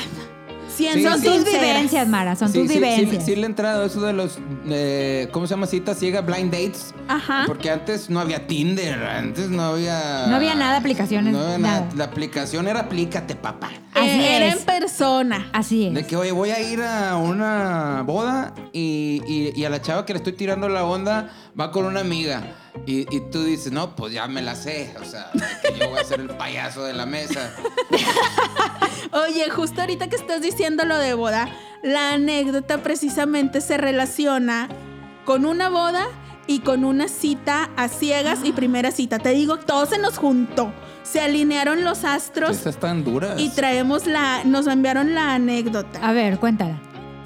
Speaker 2: Siendo
Speaker 1: Son
Speaker 3: Sí,
Speaker 1: tus
Speaker 2: sinceras.
Speaker 1: vivencias, Mara, son
Speaker 3: sí,
Speaker 1: tus
Speaker 3: sí, sí,
Speaker 1: vivencias.
Speaker 3: sí le he entrado a eso de los, eh, ¿cómo se llama? Cita ciega, blind dates.
Speaker 2: Ajá.
Speaker 3: Porque antes no había Tinder, antes no había...
Speaker 1: No había nada de aplicaciones,
Speaker 3: No había nada.
Speaker 1: nada.
Speaker 3: La aplicación era aplícate, papá.
Speaker 1: Así
Speaker 2: Eh, era
Speaker 1: es.
Speaker 2: en persona.
Speaker 1: Así es.
Speaker 3: De que, oye, voy a ir a una boda y, y- y a la chava que le estoy tirando la onda va con una amiga. Y, y tú dices, no, pues ya me la sé. O sea, de que yo voy a ser el payaso de la mesa.
Speaker 2: Oye, justo ahorita que estás diciendo lo de boda, la anécdota precisamente se relaciona con una boda y con una cita a ciegas
Speaker 1: Ah.
Speaker 2: y primera cita. Te digo, todo se nos juntó. Se alinearon los astros
Speaker 3: Estas tan duras.
Speaker 2: y traemos la. Nos enviaron la anécdota.
Speaker 1: A ver, cuéntala.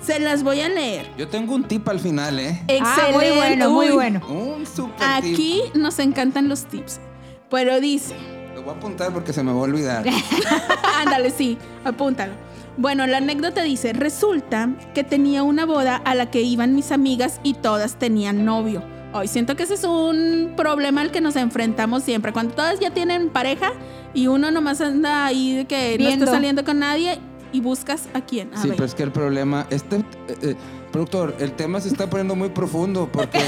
Speaker 2: Se las voy a leer.
Speaker 3: Yo tengo un tip al final, ¿eh?
Speaker 1: Ah, muy bueno, muy
Speaker 2: Uy,
Speaker 1: bueno.
Speaker 3: Un super
Speaker 2: Aquí nos encantan los tips. Pero dice.
Speaker 3: tip. Lo voy a apuntar porque se me va a olvidar.
Speaker 2: Ándale, sí, apúntalo. Bueno, la anécdota dice, resulta que tenía una boda a la que iban mis amigas y todas tenían novio. Hoy siento que ese es un problema al que nos enfrentamos siempre. Cuando todas ya tienen pareja y uno nomás anda ahí de que no
Speaker 1: Viendo.
Speaker 2: está saliendo con nadie y buscas a quién. A
Speaker 3: sí, pues,
Speaker 2: ver.
Speaker 3: pero es que el problema. Este. eh, eh, productor, el tema se está poniendo muy profundo porque.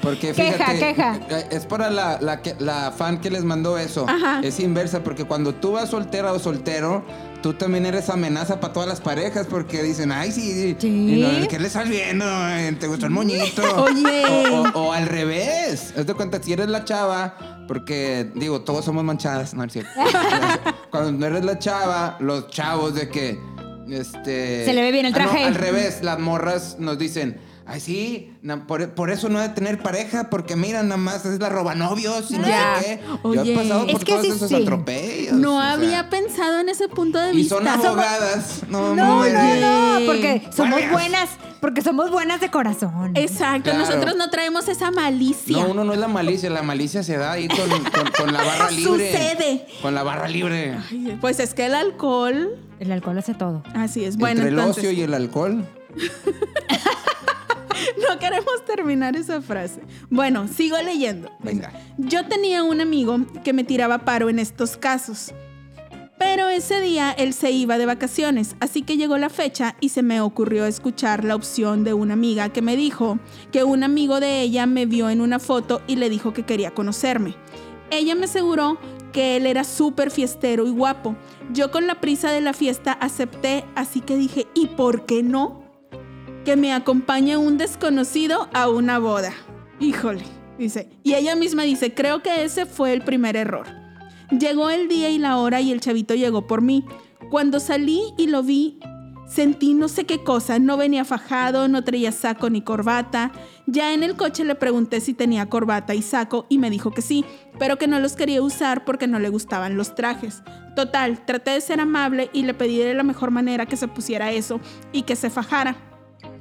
Speaker 3: Porque
Speaker 1: Queja,
Speaker 3: fíjate,
Speaker 1: queja.
Speaker 3: eh, es para la, la que- la fan que les mandó eso.
Speaker 2: Ajá.
Speaker 3: Es inversa, porque cuando tú vas soltera o soltero, tú también eres amenaza para todas las parejas porque dicen, ay, sí,
Speaker 1: Sí.
Speaker 3: y no, ¿qué le estás viendo? Eh, ¿Te gustó el moñito?
Speaker 2: Oye.
Speaker 3: O, o- o al revés. Haz de cuenta, si eres la chava, porque digo, todos somos manchadas, no es cierto. Cuando eres la chava, los chavos de que. Este.
Speaker 1: Se le ve bien el
Speaker 3: Ah, no,
Speaker 1: traje.
Speaker 3: al revés, las morras nos dicen. Ay, sí, na- por, por eso no he de tener pareja, porque mira, nada más es la robanovios y no
Speaker 2: Ya.
Speaker 3: sé qué. Yo
Speaker 2: Oye.
Speaker 3: he pasado
Speaker 1: Es
Speaker 3: por
Speaker 1: que
Speaker 3: todos
Speaker 1: sí,
Speaker 3: esos
Speaker 1: sí.
Speaker 3: atropellos.
Speaker 2: no
Speaker 3: o sea.
Speaker 2: había pensado en ese punto de
Speaker 3: Y
Speaker 2: vista.
Speaker 3: son abogadas.
Speaker 1: No,
Speaker 3: No,
Speaker 1: no,
Speaker 3: hombre.
Speaker 1: no, porque somos
Speaker 3: Guardias.
Speaker 1: buenas, porque somos buenas de corazón.
Speaker 2: Exacto,
Speaker 3: Claro.
Speaker 2: nosotros no traemos esa malicia.
Speaker 3: No, uno no es la malicia, la malicia se da ahí con, con- con la barra libre.
Speaker 2: Sucede.
Speaker 3: Con la barra libre.
Speaker 2: Ay, Pues es que el alcohol,
Speaker 1: El alcohol hace todo.
Speaker 2: así es. Bueno,
Speaker 3: Entre
Speaker 2: entonces,
Speaker 3: el ocio y el alcohol.
Speaker 2: No queremos terminar esa frase. Bueno, sigo leyendo.
Speaker 3: Venga.
Speaker 2: Yo tenía un amigo que me tiraba paro en estos casos. Pero ese día él se iba de vacaciones, así que llegó la fecha y se me ocurrió escuchar la opción de una amiga que me dijo que un amigo de ella me vio en una foto y le dijo que quería conocerme. Ella me aseguró que él era súper fiestero y guapo. Yo con la prisa de la fiesta acepté, así que dije, ¿y por qué no? Que me acompañe un desconocido a una boda. Híjole, dice. Y ella misma dice, creo que ese fue el primer error. Llegó el día y la hora y el chavito llegó por mí. Cuando salí y lo vi, sentí no sé qué cosa. No venía fajado, no traía saco ni corbata. Ya en el coche le pregunté si tenía corbata y saco y me dijo que sí, pero que no los quería usar porque no le gustaban los trajes. Total, traté de ser amable y le pedí de la mejor manera que se pusiera eso y que se fajara.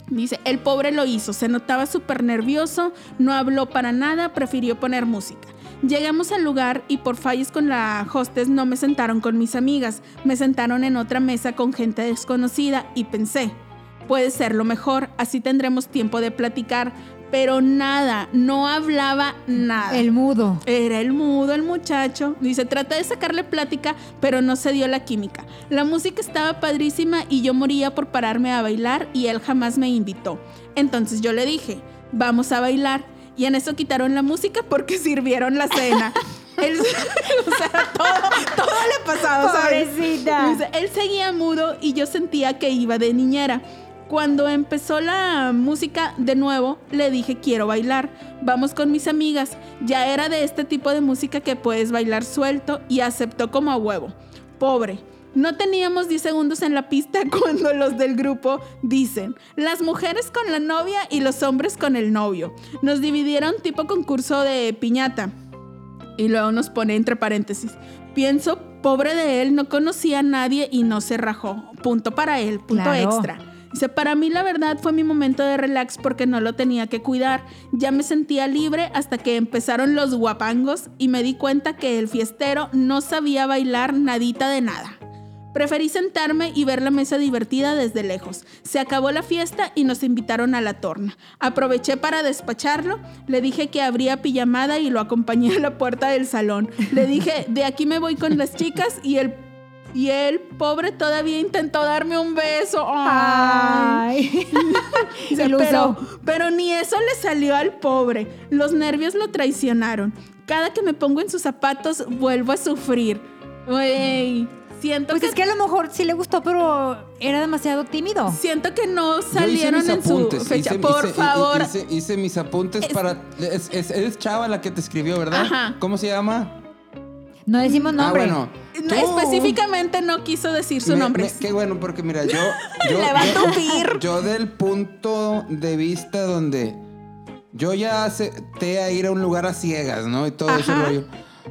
Speaker 2: Dice, el pobre lo hizo, se notaba súper nervioso, no habló para nada, prefirió poner música. Llegamos al lugar y por fallas con la hostess no me sentaron con mis amigas, me sentaron en otra mesa con gente desconocida y pensé, puede ser lo mejor, así tendremos tiempo de platicar, pero nada, no hablaba nada.
Speaker 1: El mudo.
Speaker 2: Era el mudo el muchacho. Dice, trata de sacarle plática, pero no se dio la química. La música estaba padrísima y yo moría por pararme a bailar y él jamás me invitó. Entonces yo le dije, vamos a bailar. Y en eso quitaron la música porque sirvieron la cena. Él- o sea, todo, todo le pasaba, ¿sabes?
Speaker 1: Pobrecita.
Speaker 2: Dice, Él seguía mudo y yo sentía que iba de niñera. Cuando empezó la música de nuevo, le dije, quiero bailar, vamos con mis amigas. Ya era de este tipo de música que puedes bailar suelto y aceptó como a huevo. Pobre. No teníamos 10 segundos en la pista cuando los del grupo dicen, las mujeres con la novia y los hombres con el novio. Nos dividieron tipo concurso de piñata. Y luego nos pone entre paréntesis. Pienso, pobre de él, no conocía a nadie y no se rajó. Punto para él, punto
Speaker 1: Claro.
Speaker 2: extra. Dice, para mí la verdad fue mi momento de relax porque no lo tenía que cuidar. Ya me sentía libre hasta que empezaron los guapangos y me di cuenta que el fiestero no sabía bailar nadita de nada. Preferí sentarme y ver la mesa divertida desde lejos. Se acabó la fiesta y nos invitaron a la torna. Aproveché para despacharlo, le dije que habría pijamada y lo acompañé a la puerta del salón. Le dije, de aquí me voy con las chicas y el... Y el pobre todavía intentó darme un beso. Ay.
Speaker 1: Ay.
Speaker 2: Dice,
Speaker 1: Iluso.
Speaker 2: pero, pero ni eso le salió al pobre. Los nervios lo traicionaron. Cada que me pongo en sus zapatos, vuelvo a sufrir. Güey, siento
Speaker 1: Pues
Speaker 2: que
Speaker 1: es que a lo mejor sí le gustó, pero era demasiado tímido.
Speaker 2: Siento que no
Speaker 3: Yo hice
Speaker 2: salieron
Speaker 3: mis
Speaker 2: en su
Speaker 3: apuntes,
Speaker 2: fecha.
Speaker 3: hice-
Speaker 2: Por
Speaker 3: hice-
Speaker 2: favor.
Speaker 3: Hice, hice mis apuntes para. Es, es- es Chava la que te escribió, ¿verdad?
Speaker 2: Ajá.
Speaker 3: ¿Cómo se llama?
Speaker 1: No decimos nombre.
Speaker 3: Ah, bueno.
Speaker 2: No,
Speaker 3: Tú-
Speaker 2: Específicamente no quiso decir su
Speaker 3: Me-
Speaker 2: nombre.
Speaker 3: me- qué bueno, porque mira, yo. yo
Speaker 2: Le va a
Speaker 3: yo-
Speaker 2: tupir.
Speaker 3: Yo, del punto de vista donde. Yo ya acepté a ir a un lugar a ciegas, ¿no? Y todo ese
Speaker 2: Ajá.
Speaker 3: rollo.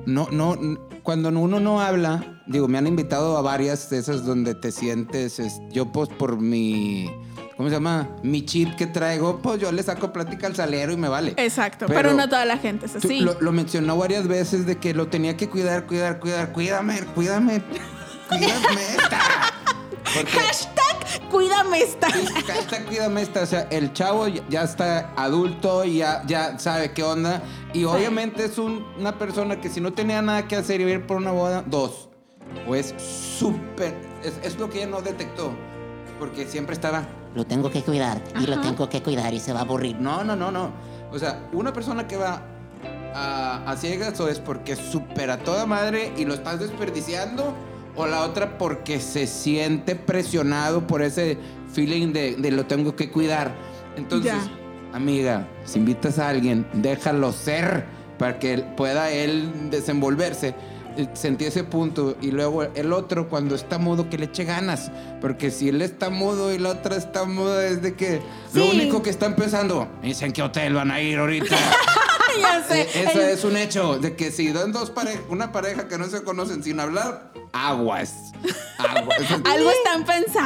Speaker 3: No, no. n- Cuando uno no habla, digo, me han invitado a varias de esas donde te sientes. es- yo, pues, por mi. ¿Cómo se llama? Mi chip que traigo, pues yo le saco plática al salero y me vale.
Speaker 2: Exacto, pero,
Speaker 3: Pero-
Speaker 2: no toda la gente es
Speaker 3: Tú-
Speaker 2: así.
Speaker 3: Lo, lo mencionó varias veces de que lo tenía que cuidar, cuidar, cuidar. Cuídame, cuídame. Cuídame esta.
Speaker 2: Hashtag cuídame esta.
Speaker 3: Porque esta, cuídame esta. O sea, el chavo ya- ya está adulto y ya, ya sabe qué onda. Y obviamente es un- una persona que si no tenía nada que hacer y iba a ir por una boda, dos. O es súper. Es, es lo que ella no detectó. Porque siempre estaba.
Speaker 4: Lo tengo que cuidar y lo
Speaker 2: Ajá.
Speaker 4: tengo que cuidar y se va a aburrir.
Speaker 3: No, no, no, no. O sea, una persona que va a, a ciegas o es porque supera a toda madre y lo estás desperdiciando, o la otra porque se siente presionado por ese feeling de, de lo tengo que cuidar. Entonces, amiga, si invitas a alguien, déjalo ser para que él- pueda él desenvolverse. Eh, Sentí ese punto y luego el otro cuando está mudo que le eche ganas, porque si él está mudo y la otra está muda es de que lo
Speaker 1: Sí.
Speaker 3: único que están pensando, es en qué hotel van a ir ahorita.
Speaker 2: ya sé.
Speaker 3: Eh, Eso
Speaker 2: El-
Speaker 3: es un hecho, de que si dan dos pare- una pareja que no se conocen sin hablar, aguas. Aguas.
Speaker 2: Algo están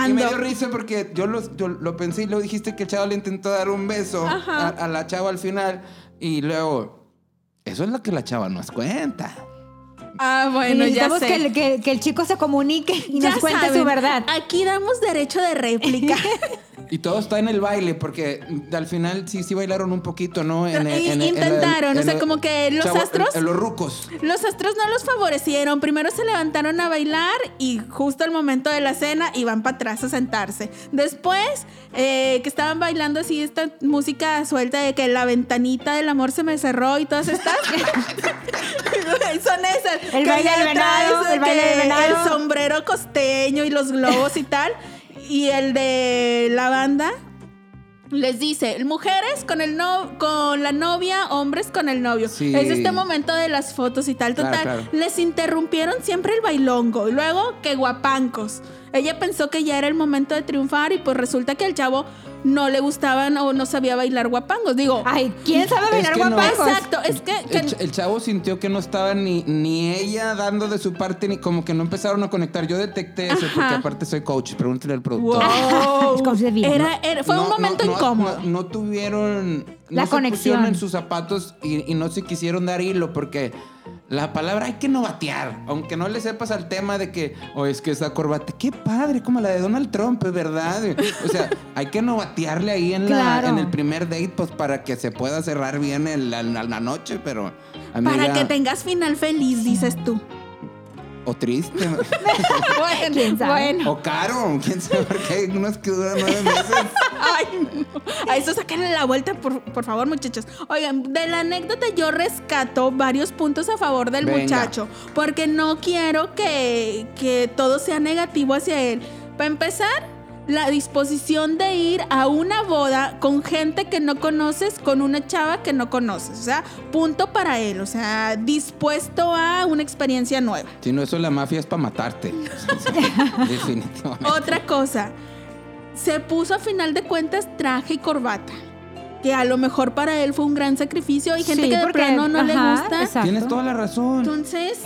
Speaker 3: Y me dio
Speaker 2: pensando.
Speaker 3: risa porque yo lo, yo lo pensé y luego dijiste que el chavo le intentó dar un beso a, a la chava al final. Y luego, eso es lo que la chava nos cuenta.
Speaker 2: Ah,
Speaker 1: Y
Speaker 2: bueno, ya
Speaker 1: necesitamos
Speaker 2: sé.
Speaker 1: que el, que- que el chico se comunique y
Speaker 2: Ya
Speaker 1: nos cuente
Speaker 2: saben,
Speaker 1: su verdad.
Speaker 2: Aquí damos derecho de réplica.
Speaker 3: Y todo está en el baile, porque al final sí, sí bailaron un poquito, ¿no? En,
Speaker 2: Y- intentaron, o sea, como que los astros-
Speaker 3: En, los rucos.
Speaker 2: Los astros no los favorecieron. Primero se levantaron a bailar y justo al momento de la cena iban para atrás a sentarse. Después, eh, que estaban bailando así esta música suelta de que la ventanita del amor se me cerró y todas estas. Güey, Son esas.
Speaker 1: El
Speaker 2: que
Speaker 1: baile
Speaker 2: ya
Speaker 1: del
Speaker 2: traes
Speaker 1: venado,
Speaker 2: de
Speaker 1: el baile
Speaker 2: que
Speaker 1: del venado.
Speaker 2: el sombrero costeño y los globos y tal. Y el de la banda, les dice, mujeres con el no, con la novia, hombres con el novio.
Speaker 3: Sí.
Speaker 2: Es este momento de las fotos y tal,
Speaker 3: Claro,
Speaker 2: total.
Speaker 3: claro.
Speaker 2: Les interrumpieron siempre el bailongo. Y luego que guapancos. Ella pensó que ya era el momento de triunfar y pues resulta que al chavo no le gustaban o no sabía bailar guapangos. Digo,
Speaker 1: Ay, ¿quién sabe bailar
Speaker 3: que no-
Speaker 1: guapangos?
Speaker 2: exacto, es que, que-
Speaker 3: El, ch- el chavo sintió que no estaba ni, ni ella dando de su parte, ni como que no empezaron a conectar. Yo detecté eso,
Speaker 2: Ajá.
Speaker 3: porque aparte soy coach, pregúntale al productor.
Speaker 2: Wow.
Speaker 1: Es como si de vida,
Speaker 2: Era- era- fue un
Speaker 3: No,
Speaker 2: momento
Speaker 3: no, no,
Speaker 2: incómodo.
Speaker 3: No, no tuvieron
Speaker 1: La
Speaker 3: no se
Speaker 1: conexión.
Speaker 3: pusieron en sus zapatos y, y no se quisieron dar hilo porque la palabra hay que no batear, aunque no le sepas al tema de que, o es que esa corbata, qué padre, como la de Donald Trump, es ¿verdad? O sea, hay que no batearle ahí en, la-
Speaker 1: Claro.
Speaker 3: en el primer date, pues para que se pueda cerrar bien el- la, la- la noche, pero
Speaker 2: Para
Speaker 3: amiga,
Speaker 2: que tengas final feliz, dices tú.
Speaker 3: o triste,
Speaker 2: Bueno,
Speaker 1: ¿Quién sabe?
Speaker 2: bueno.
Speaker 3: o caro, quién sabe, porque hay unos que duran nueve meses.
Speaker 2: Ay, no. A eso sáquenle la vuelta, por, por favor, muchachos. Oigan, de la anécdota yo rescato varios puntos a favor del
Speaker 3: Venga.
Speaker 2: muchacho. Porque no quiero que, que todo sea negativo hacia él. Para empezar, la disposición de ir a una boda con gente que no conoces, con una chava que no conoces. O sea, punto para él. O sea, dispuesto a una experiencia nueva.
Speaker 3: Si no, eso la mafia es para matarte. Definitivamente.
Speaker 2: Otra cosa, se puso a final de cuentas traje y corbata. Que a lo mejor para él fue un gran sacrificio. Hay gente
Speaker 1: Sí,
Speaker 2: que de
Speaker 1: porque-
Speaker 2: plano no le
Speaker 1: ajá,
Speaker 2: gusta.
Speaker 1: exacto.
Speaker 3: Tienes toda la razón.
Speaker 2: Entonces,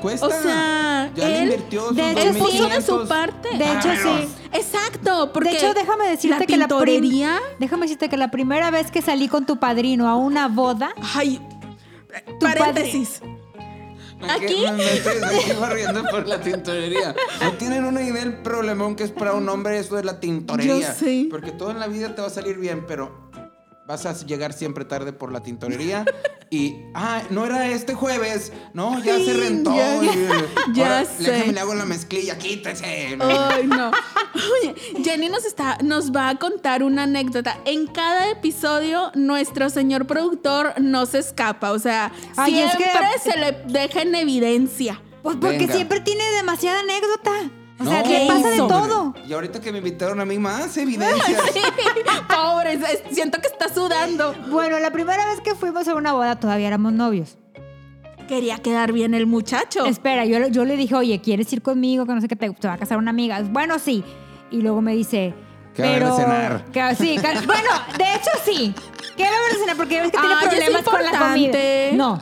Speaker 3: cuesta.
Speaker 2: O sea,
Speaker 3: ya le
Speaker 2: él-
Speaker 3: invirtió sus
Speaker 1: de hecho,
Speaker 2: Él
Speaker 1: sí.
Speaker 3: 2500.
Speaker 2: puso de su parte. Ah,
Speaker 1: De hecho, sí.
Speaker 2: Exacto, porque
Speaker 1: de hecho, déjame decirte
Speaker 2: la
Speaker 1: que la prim-
Speaker 2: tintorería,
Speaker 1: Déjame decirte que la primera vez que salí con tu padrino a una boda,
Speaker 2: ay,
Speaker 1: Tu
Speaker 2: paréntesis.
Speaker 3: Me
Speaker 2: Aquí-
Speaker 3: que- Me, me estoy, me sigo riendo por la tintorería. No tienen una idea del problemón que es para un hombre eso de la tintorería.
Speaker 2: Yo sé.
Speaker 3: Porque todo en la vida te va a salir bien, pero vas a llegar siempre tarde por la tintorería. Y, ah, no era este jueves. No, ya se
Speaker 2: Sí,
Speaker 3: rentó.
Speaker 2: ya-
Speaker 3: Y- eh,
Speaker 2: ya
Speaker 3: ahora,
Speaker 2: sé.
Speaker 3: déjame, le hago la mezclilla, quítese.
Speaker 2: Ay, no. Oye, Jenny nos, está, nos va a contar una anécdota. En cada episodio, nuestro señor productor no se escapa. O sea,
Speaker 1: Ay, es que-
Speaker 2: siempre se le deja en evidencia.
Speaker 1: pues porque
Speaker 3: Venga.
Speaker 1: siempre tiene demasiada anécdota. O sea,
Speaker 3: No,
Speaker 1: le pasa de
Speaker 2: hizo?
Speaker 1: todo.
Speaker 3: Y ahorita que me invitaron a mí más evidencias.
Speaker 2: Sí, pobre, es- siento que está sudando.
Speaker 1: Bueno, la primera vez que fuimos a una boda todavía éramos novios.
Speaker 2: Quería quedar bien el muchacho.
Speaker 1: Espera, yo, yo le dije, oye, ¿quieres ir conmigo? Que no sé qué, te, te va a casar una amiga. Bueno, sí. Y luego me dice...
Speaker 3: ¿Qué va a haber de
Speaker 1: pero-
Speaker 3: cenar?
Speaker 1: que- sí, que- bueno, de hecho sí. ¿Qué va a haber de cenar? Porque ves que tiene
Speaker 2: Ay, Ah, es
Speaker 1: problemas con la comida.
Speaker 2: importante.
Speaker 1: No,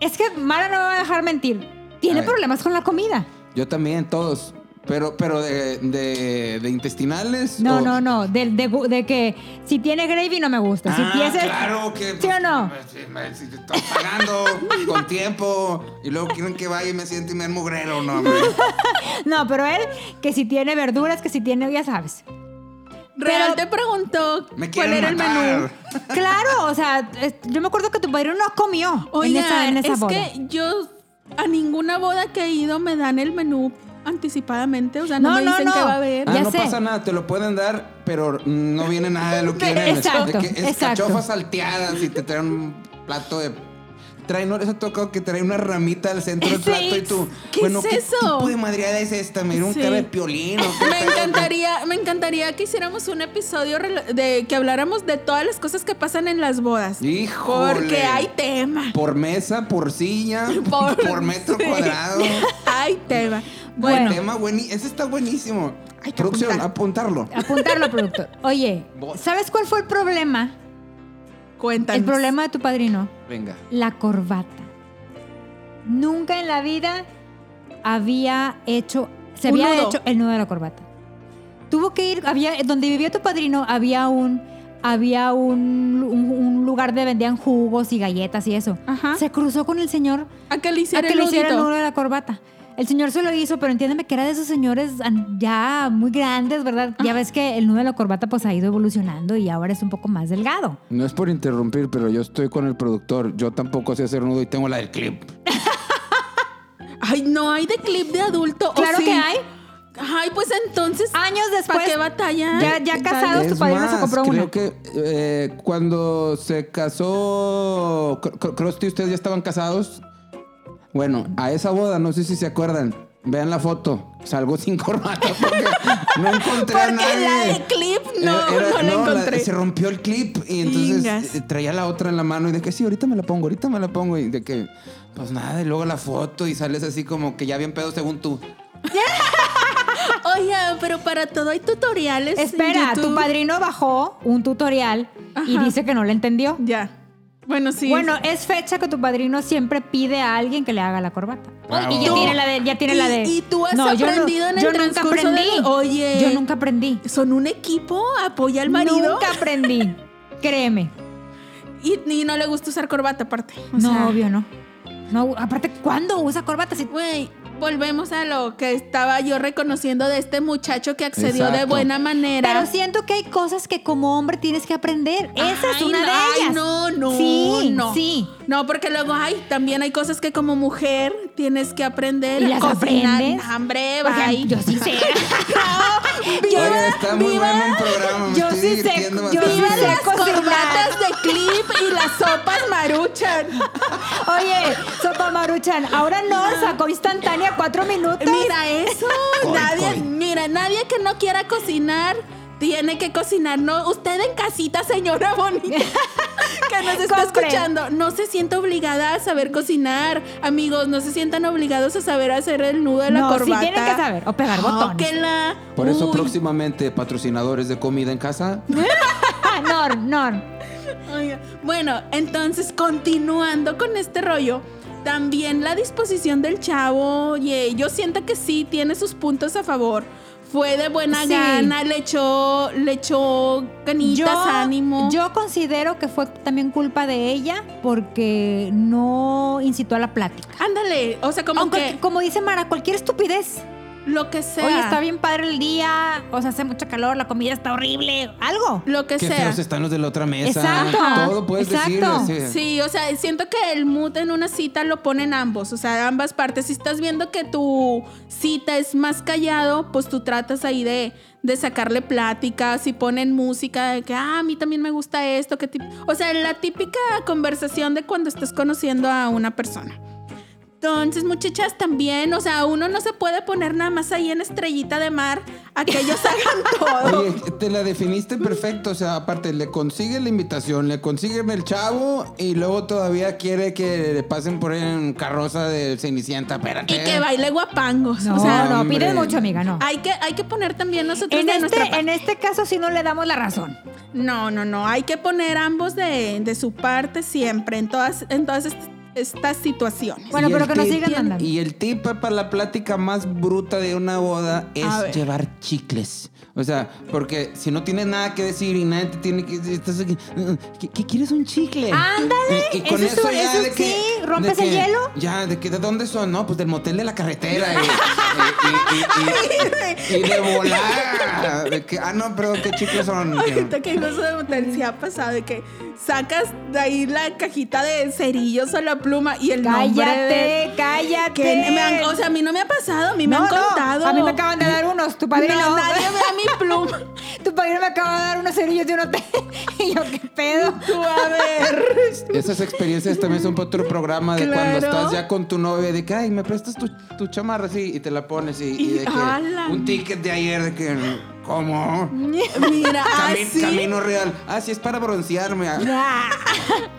Speaker 1: es que Mara no me va a dejar mentir. Tiene
Speaker 3: A ver.
Speaker 1: problemas con la comida.
Speaker 3: Yo también, todos. Pero, pero de, de, de intestinales.
Speaker 1: No,
Speaker 3: o-
Speaker 1: no, no. De, de, de que si tiene gravy no me gusta. Si
Speaker 3: Ah,
Speaker 1: tiene-
Speaker 3: claro que. pues,
Speaker 1: ¿Sí o no?
Speaker 3: Si están pagando con tiempo y luego quieren que vaya y me siente y me den mugrero, no, hombre.
Speaker 1: No, pero él, que si tiene verduras, que si tiene, ya sabes. Pero-
Speaker 2: Real te preguntó
Speaker 3: Me
Speaker 2: cuál era
Speaker 3: quieren
Speaker 2: el
Speaker 3: matar.
Speaker 2: menú.
Speaker 1: Claro, o sea, es- yo me acuerdo que tu padrino no comió en
Speaker 2: Oigan,
Speaker 1: esa, en esa
Speaker 2: es
Speaker 1: boda.
Speaker 2: que yo a ninguna boda que he ido me dan el menú anticipadamente. O sea, no,
Speaker 1: No,
Speaker 2: me
Speaker 1: no,
Speaker 2: dicen
Speaker 1: no.
Speaker 2: que va a haber.
Speaker 3: Ah,
Speaker 1: Ya
Speaker 3: no
Speaker 1: sé.
Speaker 3: pasa nada, te lo pueden dar, pero no viene nada de lo que eres.
Speaker 1: Exacto,
Speaker 3: De que es
Speaker 1: exacto.
Speaker 3: cachofas salteadas y te traen un plato de. Traen, ¿no les ha tocado que traen una ramita al centro del
Speaker 1: Sí.
Speaker 3: plato y tú.
Speaker 2: ¿Qué
Speaker 3: bueno,
Speaker 2: es
Speaker 3: ¿qué
Speaker 2: eso?
Speaker 3: tipo de madreada es esta? Me dieron
Speaker 2: Sí.
Speaker 3: cara de piolín. o qué
Speaker 2: Me
Speaker 3: pedo?
Speaker 2: encantaría, me encantaría que hiciéramos un episodio rela- de que habláramos de todas las cosas que pasan en las bodas.
Speaker 3: Híjole.
Speaker 2: Porque hay tema.
Speaker 3: Por mesa, por silla,
Speaker 2: Por-
Speaker 3: por, metro
Speaker 2: sí.
Speaker 3: cuadrado.
Speaker 2: Hay tema.
Speaker 1: Bueno.
Speaker 2: Bueno,
Speaker 3: Tema buení- Ese está buenísimo.
Speaker 2: Hay que
Speaker 3: Producción,
Speaker 2: apuntar.
Speaker 3: apuntarlo.
Speaker 1: Apuntarlo, productor. Oye,
Speaker 3: Bo-
Speaker 1: ¿sabes cuál fue el problema?
Speaker 2: cuéntanos.
Speaker 1: El problema de tu padrino.
Speaker 3: Venga.
Speaker 1: La corbata. Nunca en la vida había hecho, se
Speaker 2: Un
Speaker 1: había
Speaker 2: nudo.
Speaker 1: hecho el nudo de la corbata. Tuvo que ir, había, donde vivía tu padrino había un, había un, un- un lugar de vendían jugos y galletas y eso.
Speaker 2: Ajá.
Speaker 1: Se cruzó con el señor
Speaker 2: A que le
Speaker 1: a
Speaker 2: hiciera
Speaker 1: que
Speaker 2: el
Speaker 1: le hiciera el
Speaker 2: nudito.
Speaker 1: nudo de la corbata. El señor se lo hizo, pero entiéndeme que era de esos señores an- ya muy grandes, ¿verdad?
Speaker 2: Ah.
Speaker 1: Ya ves que el nudo de la corbata pues ha ido evolucionando y ahora es un poco más delgado.
Speaker 3: No es por interrumpir, pero yo estoy con el productor. Yo tampoco sé hacer nudo y tengo la del clip.
Speaker 2: Ay, no hay de clip de adulto. ¿o
Speaker 1: Claro
Speaker 2: sí?
Speaker 1: que hay.
Speaker 2: Ay, pues entonces.
Speaker 1: Años después.
Speaker 2: ¿Para qué batalla?
Speaker 1: Ya, ya casados, tu
Speaker 3: Eh, Es
Speaker 1: padrino se
Speaker 3: más,
Speaker 1: compró
Speaker 3: creo
Speaker 1: una.
Speaker 3: que eh, cuando se casó Cr- Cr- Krusty, ustedes ya estaban casados. Bueno, a esa boda, no sé si se acuerdan. Vean la foto. Salgo sin corbata porque no encontré a
Speaker 2: Porque
Speaker 3: nadie. Eh,
Speaker 2: la del clip no,
Speaker 3: Era- era-
Speaker 2: no la
Speaker 3: no,
Speaker 2: encontré.
Speaker 3: se rompió el clip y entonces
Speaker 2: Ingas.
Speaker 3: eh, traía la otra en la mano y de que sí, ahorita me la pongo, ahorita me la pongo y de que pues nada, y luego la foto y sales así como que ya bien pedo según tú.
Speaker 2: Oye, pero para todo hay tutoriales. en
Speaker 1: Espera, tu
Speaker 2: YouTube.
Speaker 1: padrino bajó un tutorial y
Speaker 2: Ajá.
Speaker 1: dice que no le entendió.
Speaker 2: Ya. Bueno, sí.
Speaker 1: Bueno, es fecha que tu padrino siempre pide a alguien que le haga la corbata.
Speaker 3: Bravo.
Speaker 1: Y ya
Speaker 3: Tú-
Speaker 1: tiene la de. Ya tiene
Speaker 2: y-
Speaker 1: la de
Speaker 2: y tú has
Speaker 1: yo
Speaker 2: aprendido en el
Speaker 1: yo nunca
Speaker 2: transcurso
Speaker 1: aprendí.
Speaker 2: del- Oye.
Speaker 1: Yo nunca aprendí.
Speaker 2: son un equipo, apoya al marido.
Speaker 1: Nunca aprendí. Créeme.
Speaker 2: Y, y no le gusta usar corbata aparte. O
Speaker 1: no,
Speaker 2: sea,
Speaker 1: obvio, no. No, aparte, ¿cuándo usa corbata? Si-
Speaker 2: Güey, volvemos a lo que estaba yo reconociendo de este muchacho que accedió de
Speaker 3: Exacto.
Speaker 2: buena manera.
Speaker 1: Pero siento que hay cosas que como hombre tienes que aprender. Esa es
Speaker 2: Ay,
Speaker 1: una
Speaker 2: no,
Speaker 1: de
Speaker 2: ay,
Speaker 1: ellas.
Speaker 2: no, no,
Speaker 1: Sí,
Speaker 2: no.
Speaker 1: sí.
Speaker 2: No, porque luego, ay, también hay cosas que como mujer tienes que aprender.
Speaker 1: ¿Y las
Speaker 2: cocinar.
Speaker 1: aprendes?
Speaker 2: Hambre,
Speaker 1: Porque
Speaker 2: bye.
Speaker 1: yo sí sé.
Speaker 2: Viva-
Speaker 3: Oye, está muy
Speaker 2: viva-
Speaker 3: bueno el programa, me
Speaker 1: yo
Speaker 3: estoy
Speaker 1: sí sé-
Speaker 3: divirtiendo
Speaker 1: yo sí
Speaker 2: Viva
Speaker 1: sé
Speaker 3: bastante.
Speaker 2: las
Speaker 1: cocinar.
Speaker 2: corbatas de clip y las sopas maruchan.
Speaker 1: Oye, Sopa Maruchan, ahora no, sacó instantánea cuatro minutos.
Speaker 2: Mira eso.
Speaker 3: Coy,
Speaker 2: nadie,
Speaker 3: coy.
Speaker 2: mira, nadie que no quiera cocinar tiene que cocinar. No, usted en casita, señora bonita. Que nos está
Speaker 1: Compre.
Speaker 2: escuchando, no se sienta obligada a saber cocinar. Amigos, no se sientan obligados a saber hacer el nudo de la
Speaker 1: No, sí
Speaker 2: corbata.
Speaker 1: tienen que saber, o pegar botones.
Speaker 2: Jóquenla.
Speaker 3: Por eso
Speaker 2: Uy,
Speaker 3: próximamente patrocinadores de comida en casa.
Speaker 1: Ah, Nor, Nor.
Speaker 2: oiga. Bueno, entonces continuando con este rollo, También la disposición del chavo, oye, yo siento que sí tiene sus puntos a favor. Fue de buena
Speaker 1: Sí.
Speaker 2: gana, le echó, le echó ganitas, ánimo.
Speaker 1: yo considero que fue también culpa de ella porque no incitó a la plática.
Speaker 2: Ándale, o sea, como
Speaker 1: Aunque,
Speaker 2: que
Speaker 1: como dice Mara, cualquier estupidez.
Speaker 2: lo que sea.
Speaker 1: Oye, está bien padre el día, o sea, hace mucho calor, la comida está horrible, algo.
Speaker 2: Lo que
Speaker 3: Qué
Speaker 2: sea.
Speaker 3: feos están los de la otra mesa.
Speaker 1: Exacto.
Speaker 3: Todo puedes
Speaker 1: Exacto.
Speaker 3: decir. así.
Speaker 2: Sí, o sea, siento que el mood en una cita lo ponen ambos, o sea, ambas partes. Si estás viendo que tu cita es más callado, pues tú tratas ahí de, de sacarle plática, si ponen música, de que, ah, a mí también me gusta esto, qué tipo. O sea, la típica conversación de cuando estás conociendo a una persona. Entonces, muchachas, también, o sea, uno no se puede poner nada más ahí en estrellita de mar a que ellos hagan todo.
Speaker 3: Oye, te la definiste perfecto. O sea, aparte, le consigue la invitación, le consiguen el chavo y luego todavía quiere que le pasen por en carroza de Cenicienta. Espérate.
Speaker 2: Y que baile guapangos.
Speaker 1: No,
Speaker 2: o sea,
Speaker 1: no,
Speaker 3: hombre.
Speaker 1: pides mucho, amiga, no.
Speaker 2: Hay que, hay que poner también nosotros
Speaker 1: En
Speaker 2: de nuestra
Speaker 1: este,
Speaker 2: parte.
Speaker 1: en este caso sí no le damos la razón.
Speaker 2: No, no, no. Hay que poner ambos de, de su parte siempre en todas, en todas est- estas situaciones.
Speaker 1: Bueno,
Speaker 3: Y
Speaker 1: pero
Speaker 3: el
Speaker 1: que nos
Speaker 3: tip-
Speaker 1: sigan mandando.
Speaker 3: Y el tip para la plática más bruta de una boda
Speaker 2: A
Speaker 3: es
Speaker 2: ver.
Speaker 3: llevar chicles. O sea, porque si no tienes nada que decir y nadie te tiene que... Estás aquí, ¿qué, qué quieres un chicle?
Speaker 1: Ándale,
Speaker 3: Y, y con
Speaker 1: eso es
Speaker 3: eso,
Speaker 1: un-
Speaker 3: ya
Speaker 1: eso
Speaker 3: de que...
Speaker 1: sí, rompes
Speaker 3: de
Speaker 1: el
Speaker 3: que-
Speaker 1: hielo.
Speaker 3: Ya, ¿de, que, ¿de dónde son? No, pues del motel de la carretera. y, y- y- y- y- y de volar. De que, ah, no, perdón, ¿qué chicles son?
Speaker 2: Ahorita que digo eso de motel, sí ha pasado de que sacas de ahí la cajita de cerillos o la pluma y el nombre de-
Speaker 1: Cállate, cállate.
Speaker 2: que me han- o sea, a mí no me ha pasado, a mí me
Speaker 1: No,
Speaker 2: han
Speaker 1: no,
Speaker 2: contado.
Speaker 1: A mí me acaban de dar unos, tu padrino.
Speaker 2: No, nadie me da mi pluma.
Speaker 1: Tu padrino me acaba de dar unos cerillos de un hotel. y yo, ¿qué pedo?
Speaker 2: Tú, a ver.
Speaker 3: Esas experiencias también son para otro programa de
Speaker 2: Claro.
Speaker 3: cuando estás ya con tu novia, de que, ay, me prestas tu, tu chamarra, sí, y te la pones, y, y de que
Speaker 2: ¡Hala!
Speaker 3: un ticket de ayer, de que, ¿cómo?
Speaker 2: Mira,
Speaker 3: Cami-
Speaker 2: así.
Speaker 3: Camino real. Ah, sí, es para broncearme. A,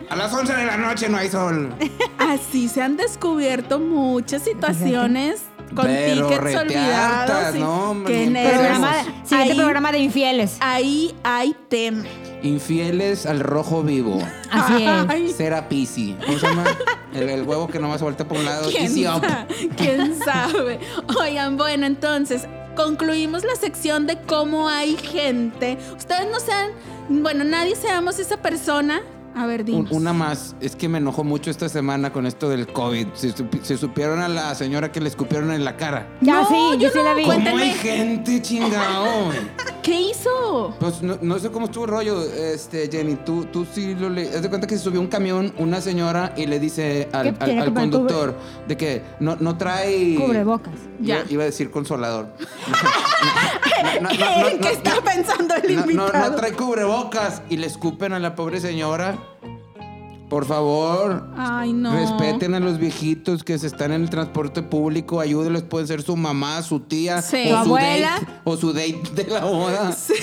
Speaker 3: a las 11 de la noche no hay sol.
Speaker 2: Así se han descubierto muchas situaciones con
Speaker 3: Pero
Speaker 2: tickets
Speaker 3: reteartas,
Speaker 2: olvidados. y-
Speaker 3: no, hombre,
Speaker 2: qué
Speaker 3: ni
Speaker 2: nervios.
Speaker 1: programa,
Speaker 3: Programa-
Speaker 1: siguiente
Speaker 2: ahí,
Speaker 1: programa de infieles.
Speaker 2: ahí hay tema.
Speaker 3: Infieles al rojo vivo.
Speaker 1: Así es.
Speaker 2: Ay,
Speaker 3: Será Pisi. ¿Cómo se llama? El, el huevo que nomás vuelta por un lado.
Speaker 2: ¿quién,
Speaker 3: Easy up.
Speaker 2: sa- quién sabe? Oigan, bueno, entonces concluimos la sección de cómo hay gente. Ustedes no sean, bueno, nadie seamos esa persona. A ver,
Speaker 3: Un-
Speaker 2: dinos.
Speaker 3: una más, es que me enojó mucho esta semana con esto del COVID. Se, supi- se supieron a la señora que le escupieron en la cara.
Speaker 1: Ya
Speaker 2: No,
Speaker 1: sí, yo,
Speaker 2: yo
Speaker 1: sí
Speaker 2: no,
Speaker 1: la vi.
Speaker 2: cuenta-
Speaker 3: ¿Cómo hay
Speaker 2: Cuéntame.
Speaker 3: gente chingado? güey?
Speaker 2: ¿Qué hizo?
Speaker 3: Pues no, no sé cómo estuvo el rollo, este, Jenny. Tú, tú sí lo le. Haz de cuenta que se subió un camión una señora y le dice al,
Speaker 1: Que
Speaker 3: al-
Speaker 1: tiene que
Speaker 3: al
Speaker 1: poner
Speaker 3: conductor de que no, no trae.
Speaker 1: Cubrebocas.
Speaker 2: Ya.
Speaker 3: Ya. Iba a decir consolador. No, no, no, no,
Speaker 2: ¿En
Speaker 3: no,
Speaker 2: qué está pensando el
Speaker 3: No, no,
Speaker 2: invitado?
Speaker 3: no trae cubrebocas y le escupen a la pobre señora. Por favor,
Speaker 2: Ay, no.
Speaker 3: Respeten a los viejitos que se están en el transporte público, ayúdenlos, pueden ser su mamá, su tía,
Speaker 2: Sí. Su
Speaker 3: o su
Speaker 1: abuela.
Speaker 3: date, o su date de la boda.
Speaker 1: Así,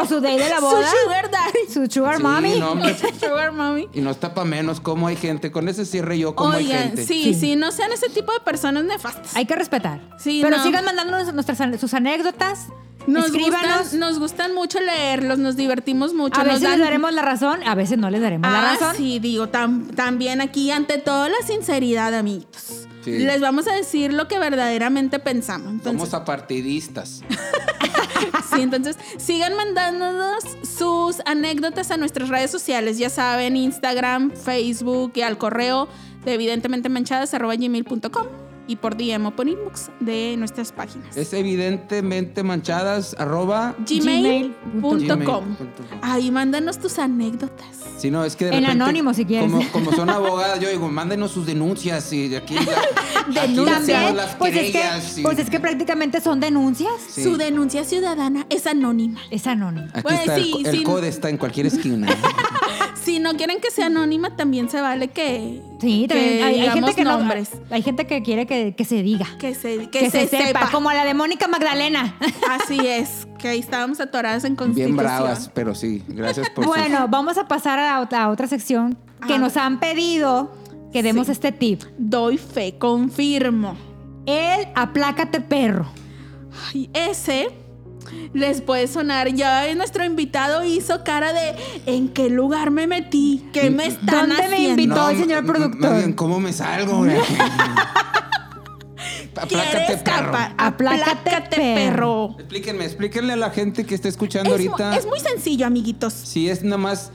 Speaker 1: o su day de la boda.
Speaker 2: Su sugar daddy.
Speaker 1: Su sugar
Speaker 3: Sí,
Speaker 1: mommy.
Speaker 3: no, hombre.
Speaker 2: Sugar mommy.
Speaker 3: Y no está pa' menos cómo hay gente. Con ese cierre yo cómo hay
Speaker 2: Oigan,
Speaker 3: gente.
Speaker 2: sí, sí, no sean ese tipo de personas nefastas.
Speaker 1: Hay que respetar.
Speaker 2: Sí,
Speaker 1: Pero
Speaker 2: no.
Speaker 1: sigan mandándonos nuestras, sus anécdotas.
Speaker 2: nos
Speaker 1: escríbanos.
Speaker 2: gustan, nos gustan mucho leerlos, nos divertimos mucho.
Speaker 1: a
Speaker 2: nos
Speaker 1: veces
Speaker 2: dan-
Speaker 1: les daremos la razón, a veces no les daremos la
Speaker 2: Ah,
Speaker 1: razón.
Speaker 2: sí, digo, tam- también aquí ante toda la sinceridad, amiguitos.
Speaker 3: Sí.
Speaker 2: Les vamos a decir lo que verdaderamente pensamos. Entonces,
Speaker 3: Somos apartidistas.
Speaker 2: Sí, entonces sigan mandándonos sus anécdotas a nuestras redes sociales, ya saben, Instagram, Facebook y al correo de evidentemente manchadas.gmail.com y por DM o por inbox de nuestras páginas.
Speaker 3: Es evidentemente manchadas, arroba.
Speaker 2: gmail.com.
Speaker 3: gmail.com.
Speaker 2: Ahí mándanos tus anécdotas.
Speaker 3: Si no, es que de
Speaker 1: En
Speaker 3: repente,
Speaker 1: anónimo, si quieres.
Speaker 3: Como, como son abogadas, yo digo, mándenos sus denuncias y de aquí, la- aquí hacemos
Speaker 1: También,
Speaker 3: las
Speaker 1: pues es,
Speaker 3: querellas
Speaker 1: que,
Speaker 3: y-
Speaker 1: pues es que prácticamente son denuncias.
Speaker 3: Sí.
Speaker 2: Su denuncia ciudadana es anónima.
Speaker 1: Es anónimo.
Speaker 3: Aquí
Speaker 2: Bueno,
Speaker 3: está, el
Speaker 2: sí,
Speaker 3: co- el,
Speaker 2: sí.
Speaker 3: code está en cualquier esquina.
Speaker 2: Si no quieren que sea anónima, también se vale que.
Speaker 1: Sí,
Speaker 2: que
Speaker 1: también hay, hay gente
Speaker 2: digamos
Speaker 1: que no-
Speaker 2: nombres.
Speaker 1: hay gente que quiere que, que se diga.
Speaker 2: Que se, que se sepa.
Speaker 1: como la de Mónica Magdalena.
Speaker 2: Así es, que ahí estábamos atoradas en
Speaker 3: Bien
Speaker 2: Constitución.
Speaker 3: bravas, pero sí, gracias por sus-
Speaker 1: bueno, vamos a pasar a, otra- a otra sección que
Speaker 2: A
Speaker 1: nos
Speaker 2: ver.
Speaker 1: han pedido que demos
Speaker 2: Ah. Sí.
Speaker 1: este tip.
Speaker 2: Doy fe, confirmo.
Speaker 1: El aplácate perro.
Speaker 2: Ay, ese les puede sonar. Ya nuestro invitado hizo cara de ¿en qué lugar me metí? ¿Qué
Speaker 3: Mm,
Speaker 2: me están
Speaker 1: ¿Dónde me
Speaker 2: haciendo?
Speaker 1: invitó? el señor
Speaker 3: m- m-
Speaker 1: productor.
Speaker 3: más bien, ¿Cómo me salgo? güey? Aplácate,
Speaker 2: ¿Quieres
Speaker 3: perro.
Speaker 2: capa-
Speaker 1: Aplácate,
Speaker 2: Aplácate, perro.
Speaker 1: perro.
Speaker 3: Explíquenme, explíquenle a la gente que está escuchando
Speaker 2: Es, mu-
Speaker 3: ahorita.
Speaker 2: es muy sencillo, amiguitos.
Speaker 3: Si es nada más,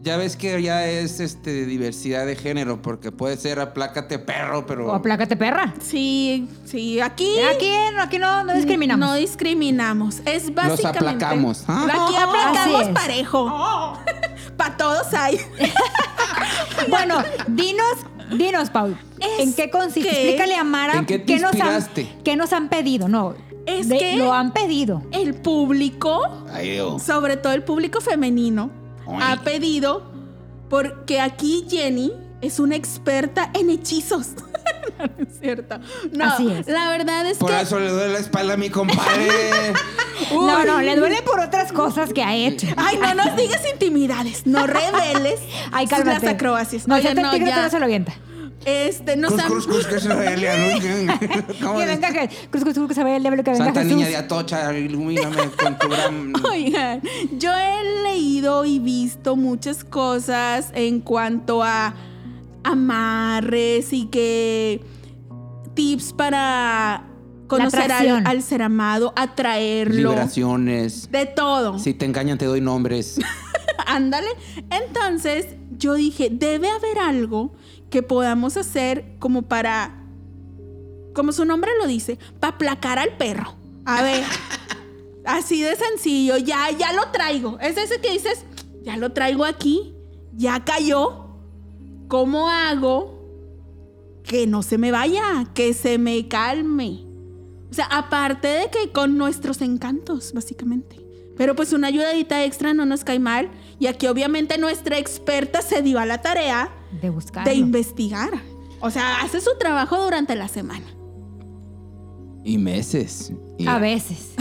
Speaker 3: ya ves que ya es este diversidad de género, porque puede ser aplácate perro, pero.
Speaker 1: O aplácate, perra.
Speaker 2: Sí, sí, aquí.
Speaker 1: Aquí, no- aquí no, no discriminamos.
Speaker 2: No discriminamos. Es básicamente.
Speaker 3: aplacamos. Ah.
Speaker 2: Aquí aplacamos
Speaker 1: Así es.
Speaker 2: parejo. Para todos hay.
Speaker 1: Bueno, dinos, dinos, Paul.
Speaker 2: Es
Speaker 1: ¿En qué consiste?
Speaker 2: que-
Speaker 1: Explícale a Mara
Speaker 3: ¿En qué te
Speaker 1: nos han,
Speaker 3: inspiraste?
Speaker 1: qué nos han pedido. No,
Speaker 2: Es que-
Speaker 1: lo han pedido.
Speaker 2: El público,
Speaker 3: Ay, oh. Dios.
Speaker 2: sobre todo el público femenino,
Speaker 3: Ay.
Speaker 2: ha pedido porque aquí Jenny es una experta en hechizos. no, no es cierto. No,
Speaker 1: Así es.
Speaker 2: la verdad es
Speaker 3: Por
Speaker 2: que
Speaker 3: eso le duele la espalda a mi compadre.
Speaker 1: No, no, le duele por otras cosas que ha hecho.
Speaker 2: Ay, no nos digas intimidades, no reveles
Speaker 1: Ay, cálmate.
Speaker 2: las acrobacias.
Speaker 1: No,
Speaker 2: Oigan,
Speaker 1: ya te tigre
Speaker 2: ya.
Speaker 1: no se lo avienta.
Speaker 2: Este, nos
Speaker 3: Cruz,
Speaker 2: han-
Speaker 3: cruz, cruz, que se vaya el diablo. ¿Cómo
Speaker 1: Que
Speaker 3: es?
Speaker 1: venga, Je- cruz, cruz, cruz, que se vaya el diablo, que venga
Speaker 3: Santa
Speaker 1: Jesús.
Speaker 3: niña de Atocha, ilumíname con tu gran.
Speaker 2: Oigan, yo he leído y visto muchas cosas en cuanto a amarres y que tips para conocer al,
Speaker 1: atracción.
Speaker 2: al ser amado, atraerlo,
Speaker 3: Liberaciones.
Speaker 2: de todo.
Speaker 3: Si te engañan, te doy nombres.
Speaker 2: Ándale. Entonces yo dije, debe haber algo que podamos hacer como para, como su nombre lo dice, para aplacar al perro. A ver, así de sencillo, ya, ya lo traigo. Es ese que dices, ya lo traigo aquí, ya cayó. ¿Cómo hago que no se me vaya, que se me calme? O sea, aparte de que con nuestros encantos, básicamente. Pero pues una ayudadita extra no nos cae mal. Y aquí obviamente nuestra experta se dio a la tarea
Speaker 1: De buscar.
Speaker 2: de investigar. O sea, hace su trabajo durante la semana.
Speaker 3: Y meses. Y-
Speaker 1: A veces.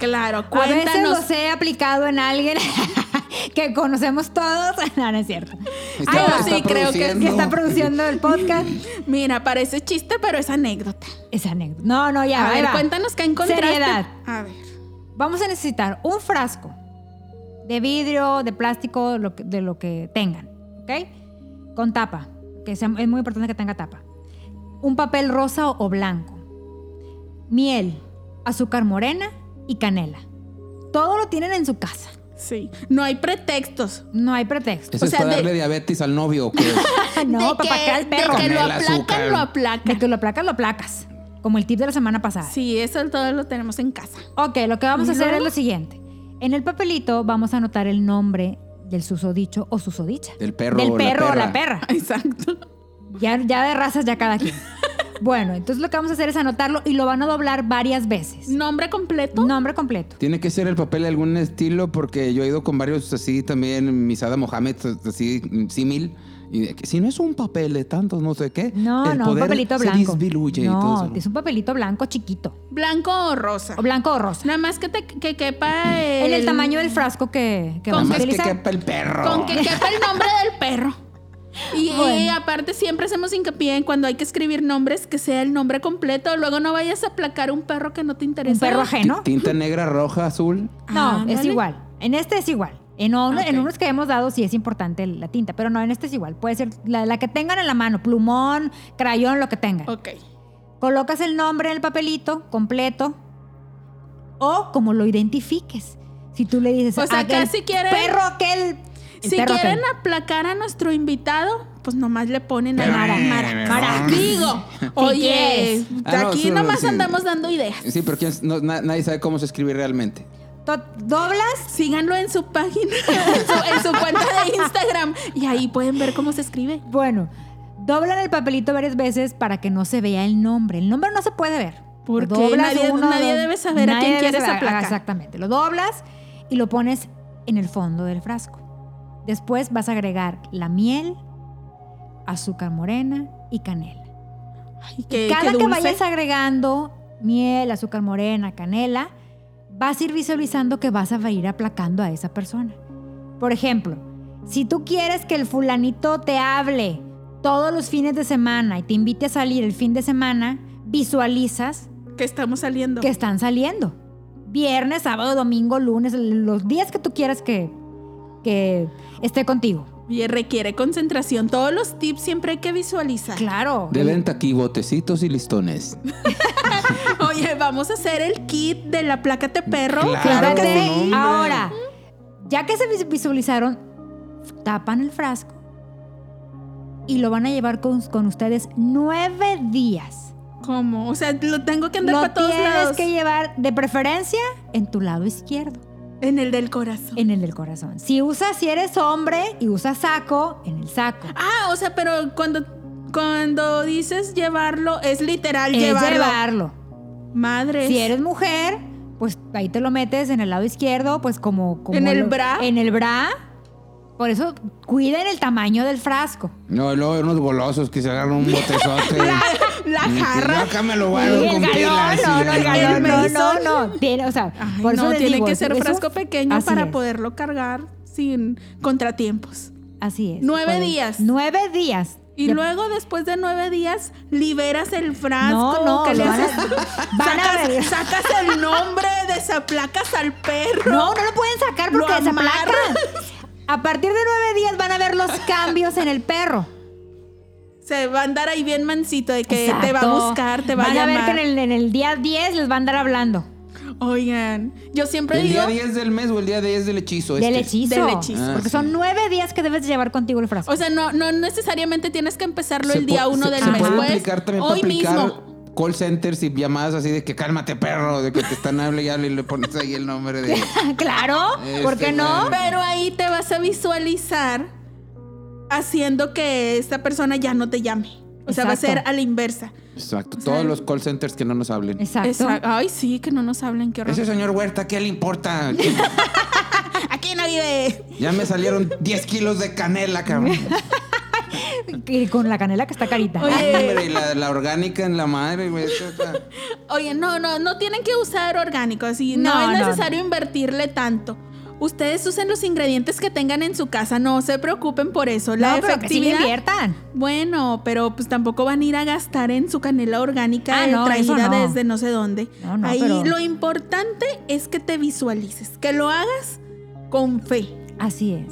Speaker 2: Claro,
Speaker 1: A veces
Speaker 2: cuéntanos.
Speaker 1: los he aplicado en alguien que conocemos todos. No, no es cierto.
Speaker 3: Está-
Speaker 1: Ahí va.
Speaker 2: está sí, creo que sí,
Speaker 1: Que está
Speaker 3: produciendo.
Speaker 1: produciendo el podcast.
Speaker 2: Mira, parece chiste, pero es anécdota.
Speaker 1: Esa anécdota. No, no, ya.
Speaker 2: A
Speaker 1: ahí
Speaker 2: ver,
Speaker 1: va.
Speaker 2: cuéntanos qué encontraste.
Speaker 1: Seriedad.
Speaker 2: A ver.
Speaker 1: Vamos a necesitar un frasco de vidrio, de plástico, lo que- de lo que tengan, ¿ok? Con tapa, que sea- es muy importante que tenga tapa. Un papel rosa o blanco. Miel, azúcar morena y canela. Todo lo tienen en su casa.
Speaker 2: Sí. No hay pretextos.
Speaker 1: No hay pretexto.
Speaker 3: Eso
Speaker 2: O sea,
Speaker 3: es para
Speaker 2: de-
Speaker 3: darle diabetes al novio. que es-
Speaker 1: no,
Speaker 2: De
Speaker 1: papá,
Speaker 2: que-
Speaker 1: que al perro.
Speaker 2: De que lo
Speaker 3: Canela, azúcar.
Speaker 2: aplacan, lo aplacan.
Speaker 1: De que lo placas, lo placas. Como el tip de la semana pasada.
Speaker 2: Sí, eso todo lo tenemos en casa.
Speaker 1: Ok, lo que vamos a hacer
Speaker 2: Luego.
Speaker 1: es lo siguiente. En el papelito vamos a anotar el nombre del susodicho o susodicha.
Speaker 3: Del perro
Speaker 1: Del
Speaker 3: o la
Speaker 1: perro o
Speaker 3: perra.
Speaker 1: la perra.
Speaker 2: Exacto.
Speaker 1: Ya, ya de razas ya cada quien. bueno, entonces lo que vamos a hacer es anotarlo y lo van a doblar varias veces.
Speaker 2: Nombre completo.
Speaker 1: Nombre completo.
Speaker 3: Tiene que ser el papel de algún estilo porque yo he ido con varios así también, Misada Mohamed, así mm, símil. Y de que si no es un papel de tantos, no sé qué.
Speaker 1: No,
Speaker 3: el
Speaker 1: no, un
Speaker 3: poder
Speaker 1: papelito
Speaker 3: se
Speaker 1: blanco.
Speaker 3: disminuye y
Speaker 1: no,
Speaker 3: todo eso, ¿no?
Speaker 1: es un papelito blanco chiquito.
Speaker 2: Blanco o rosa.
Speaker 1: O blanco o rosa.
Speaker 2: Nada más que te que quepa el,
Speaker 1: En el tamaño del frasco que, que
Speaker 3: Nada
Speaker 1: vamos a
Speaker 3: más que
Speaker 1: utilizar.
Speaker 3: quepa el perro.
Speaker 2: con que quepa el nombre del perro. Y, y
Speaker 1: Bueno.
Speaker 2: aparte siempre hacemos hincapié en cuando hay que escribir nombres que sea el nombre completo. Luego no vayas a aplacar un perro que no te interesa.
Speaker 1: Un perro
Speaker 3: Ti-
Speaker 1: ajeno.
Speaker 3: Tinta negra, roja, azul.
Speaker 1: No,
Speaker 2: Ah,
Speaker 1: es
Speaker 2: ándale.
Speaker 1: igual. En este es igual. En, uno-
Speaker 2: Ok.
Speaker 1: en unos que hemos dado sí es importante la tinta, pero no, en este es igual. Puede ser la, la que tengan en la mano, plumón, crayón, lo que tengan.
Speaker 2: Ok.
Speaker 1: Colocas el nombre en el papelito completo o como lo identifiques. Si tú le dices,
Speaker 2: O sea,
Speaker 1: aquel
Speaker 2: que si quieren-
Speaker 1: perro aquel... el
Speaker 2: Si
Speaker 1: perro
Speaker 2: quieren
Speaker 1: aquel.
Speaker 2: aplacar a nuestro invitado, pues nomás le ponen a
Speaker 3: Pero-
Speaker 2: Mara. Mara. Mara. Digo, oye,
Speaker 1: quieres.
Speaker 3: Ah, no,
Speaker 2: aquí
Speaker 3: sí,
Speaker 2: nomás
Speaker 3: sí.
Speaker 2: andamos dando ideas.
Speaker 3: Sí, pero ¿quién- no, na- nadie sabe cómo se escribe realmente.
Speaker 1: To- doblas
Speaker 2: Síganlo en su página, en su, en su cuenta de Instagram. Y ahí pueden ver cómo se escribe.
Speaker 1: Bueno, doblan el papelito varias veces para que no se vea el nombre. El nombre no se puede ver.
Speaker 2: Porque
Speaker 1: Lo doblas
Speaker 2: nadie-
Speaker 1: uno,
Speaker 2: nadie
Speaker 1: dos-
Speaker 2: debe saber a quién
Speaker 1: debe
Speaker 2: quieres
Speaker 1: saber-
Speaker 2: aplacar.
Speaker 1: Exactamente. Lo doblas y lo pones en el fondo del frasco. Después vas a agregar la miel, azúcar morena y canela.
Speaker 2: Ay, qué- qué
Speaker 1: Cada que
Speaker 2: dulce.
Speaker 1: vayas agregando miel, azúcar morena, canela, vas a ir visualizando que vas a ir aplacando a esa persona. Por ejemplo, si tú quieres que el fulanito te hable todos los fines de semana y te invite a salir el fin de semana, visualizas
Speaker 2: que estamos saliendo.
Speaker 1: que están saliendo. viernes, sábado, domingo, lunes, los días que tú quieras que, que esté contigo.
Speaker 2: Y requiere concentración. Todos los tips siempre hay que visualizar.
Speaker 1: Claro.
Speaker 3: De venta aquí, botecitos y listones.
Speaker 2: Oye, vamos a hacer el kit de la plácate perro.
Speaker 3: Claro
Speaker 1: Fíjate,
Speaker 3: que sí. hombre.
Speaker 1: Ahora, ya que se vis- visualizaron, tapan el frasco y lo van a llevar con, con ustedes nueve días.
Speaker 2: ¿Cómo? O sea, lo tengo que andar
Speaker 1: Lo
Speaker 2: para todos
Speaker 1: tienes
Speaker 2: lados.
Speaker 1: que llevar de preferencia en tu lado izquierdo,
Speaker 2: En el del corazón.
Speaker 1: en el del corazón. Si usas, si eres hombre y usas saco, en el saco.
Speaker 2: Ah, o sea, pero cuando, cuando dices llevarlo, es literal
Speaker 1: Es
Speaker 2: llevarlo.
Speaker 1: llevarlo.
Speaker 2: Madre.
Speaker 1: Si eres mujer, pues ahí te lo metes en el lado izquierdo, pues como... como
Speaker 2: ¿En el
Speaker 1: lo-
Speaker 2: bra?
Speaker 1: En el bra. Por eso cuiden el tamaño del frasco.
Speaker 3: No, y luego unos golosos que se agarran un botezote.
Speaker 2: La
Speaker 3: Y que, "No,
Speaker 2: jarra.
Speaker 3: Acá me lo
Speaker 1: Sí,
Speaker 3: guardo
Speaker 1: el
Speaker 3: con
Speaker 1: galón,
Speaker 3: pilas. y
Speaker 1: no, no, el
Speaker 3: la-
Speaker 1: galón,
Speaker 2: El
Speaker 1: no, no,
Speaker 2: mesón.
Speaker 1: no, tiene, o sea,
Speaker 2: Ay,
Speaker 1: por eso
Speaker 2: no,
Speaker 1: les
Speaker 2: tiene
Speaker 1: digo,
Speaker 2: que
Speaker 1: es-
Speaker 2: ser
Speaker 1: es un-
Speaker 2: frasco pequeño
Speaker 1: así
Speaker 2: para
Speaker 1: es,
Speaker 2: poderlo cargar sin contratiempos.
Speaker 1: Así es.
Speaker 2: Nueve
Speaker 1: Pueden-
Speaker 2: días.
Speaker 1: Nueve días.
Speaker 2: Y
Speaker 1: De-
Speaker 2: luego, después de nueve días, liberas el frasco.
Speaker 1: No, no,
Speaker 2: que le
Speaker 1: lo van a-
Speaker 2: haces-
Speaker 1: van a
Speaker 2: sacas,
Speaker 1: ver-
Speaker 2: sacas el nombre, desaplacas al perro.
Speaker 1: No, no lo pueden sacar
Speaker 2: Lo
Speaker 1: porque se
Speaker 2: amarras.
Speaker 1: aplacan. A partir de nueve días van a ver los cambios en el perro.
Speaker 2: Se va a andar ahí bien mansito de que te va a
Speaker 1: Exacto.
Speaker 2: buscar, te va
Speaker 1: Van
Speaker 2: a
Speaker 1: a ver
Speaker 2: llamar.
Speaker 1: que en el, en el día 10 les va a andar hablando
Speaker 2: Oigan, yo siempre
Speaker 3: ¿El
Speaker 2: digo...
Speaker 3: día 10 del mes o el día 10 del hechizo?
Speaker 1: del
Speaker 3: este?
Speaker 1: hechizo.
Speaker 2: Pues Del hechizo.
Speaker 3: Ah,
Speaker 1: Porque
Speaker 3: sí.
Speaker 1: son nueve días que debes llevar contigo el frasco.
Speaker 2: O sea, no, no necesariamente tienes que empezarlo
Speaker 3: Se
Speaker 2: el día
Speaker 3: pu-
Speaker 2: uno
Speaker 3: se-
Speaker 2: del
Speaker 3: se
Speaker 2: mes.
Speaker 3: puede
Speaker 2: Puedes
Speaker 3: aplicar también para
Speaker 2: hoy
Speaker 3: aplicar
Speaker 2: mismo.
Speaker 3: call centers y llamadas así de que cálmate perro, de que te están hablando y hable", y le pones ahí el nombre de...
Speaker 1: claro, ¿por
Speaker 3: Este,
Speaker 1: qué no?
Speaker 3: güey.
Speaker 2: Pero ahí te vas a visualizar haciendo que esta persona ya no te llame. O sea, va a
Speaker 1: Exacto.
Speaker 2: ser a la inversa.
Speaker 3: Exacto,
Speaker 2: sea,
Speaker 3: todos los call centers que no nos hablen.
Speaker 1: Exacto.
Speaker 2: Exacto. Ay, sí, que no nos hablen, qué horror. Ah,
Speaker 3: Ese señor Huerta, ¿qué le importa?
Speaker 2: Aquí no vive.
Speaker 3: Ya me salieron 10 kilos de canela, cabrón.
Speaker 1: Y con la canela que está carita.
Speaker 2: Oye.
Speaker 3: Hombre, y la, la orgánica en la madre, güey. esto está-
Speaker 2: Oye, no, no, no tienen que usar orgánico, así no,
Speaker 1: No,
Speaker 2: es
Speaker 1: no,
Speaker 2: necesario invertirle tanto. Ustedes usen los ingredientes que tengan en su casa, no se preocupen por eso. La
Speaker 1: no, pero que sí le
Speaker 2: efectividad.
Speaker 1: inviertan.
Speaker 2: bueno, pero pues tampoco van a ir a gastar en su canela orgánica
Speaker 1: Ah, no, eso
Speaker 2: traída
Speaker 1: no.
Speaker 2: desde no sé dónde.
Speaker 1: No, no,
Speaker 2: Ahí
Speaker 1: pero-
Speaker 2: lo importante es que te visualices, que lo hagas con fe.
Speaker 1: Así es.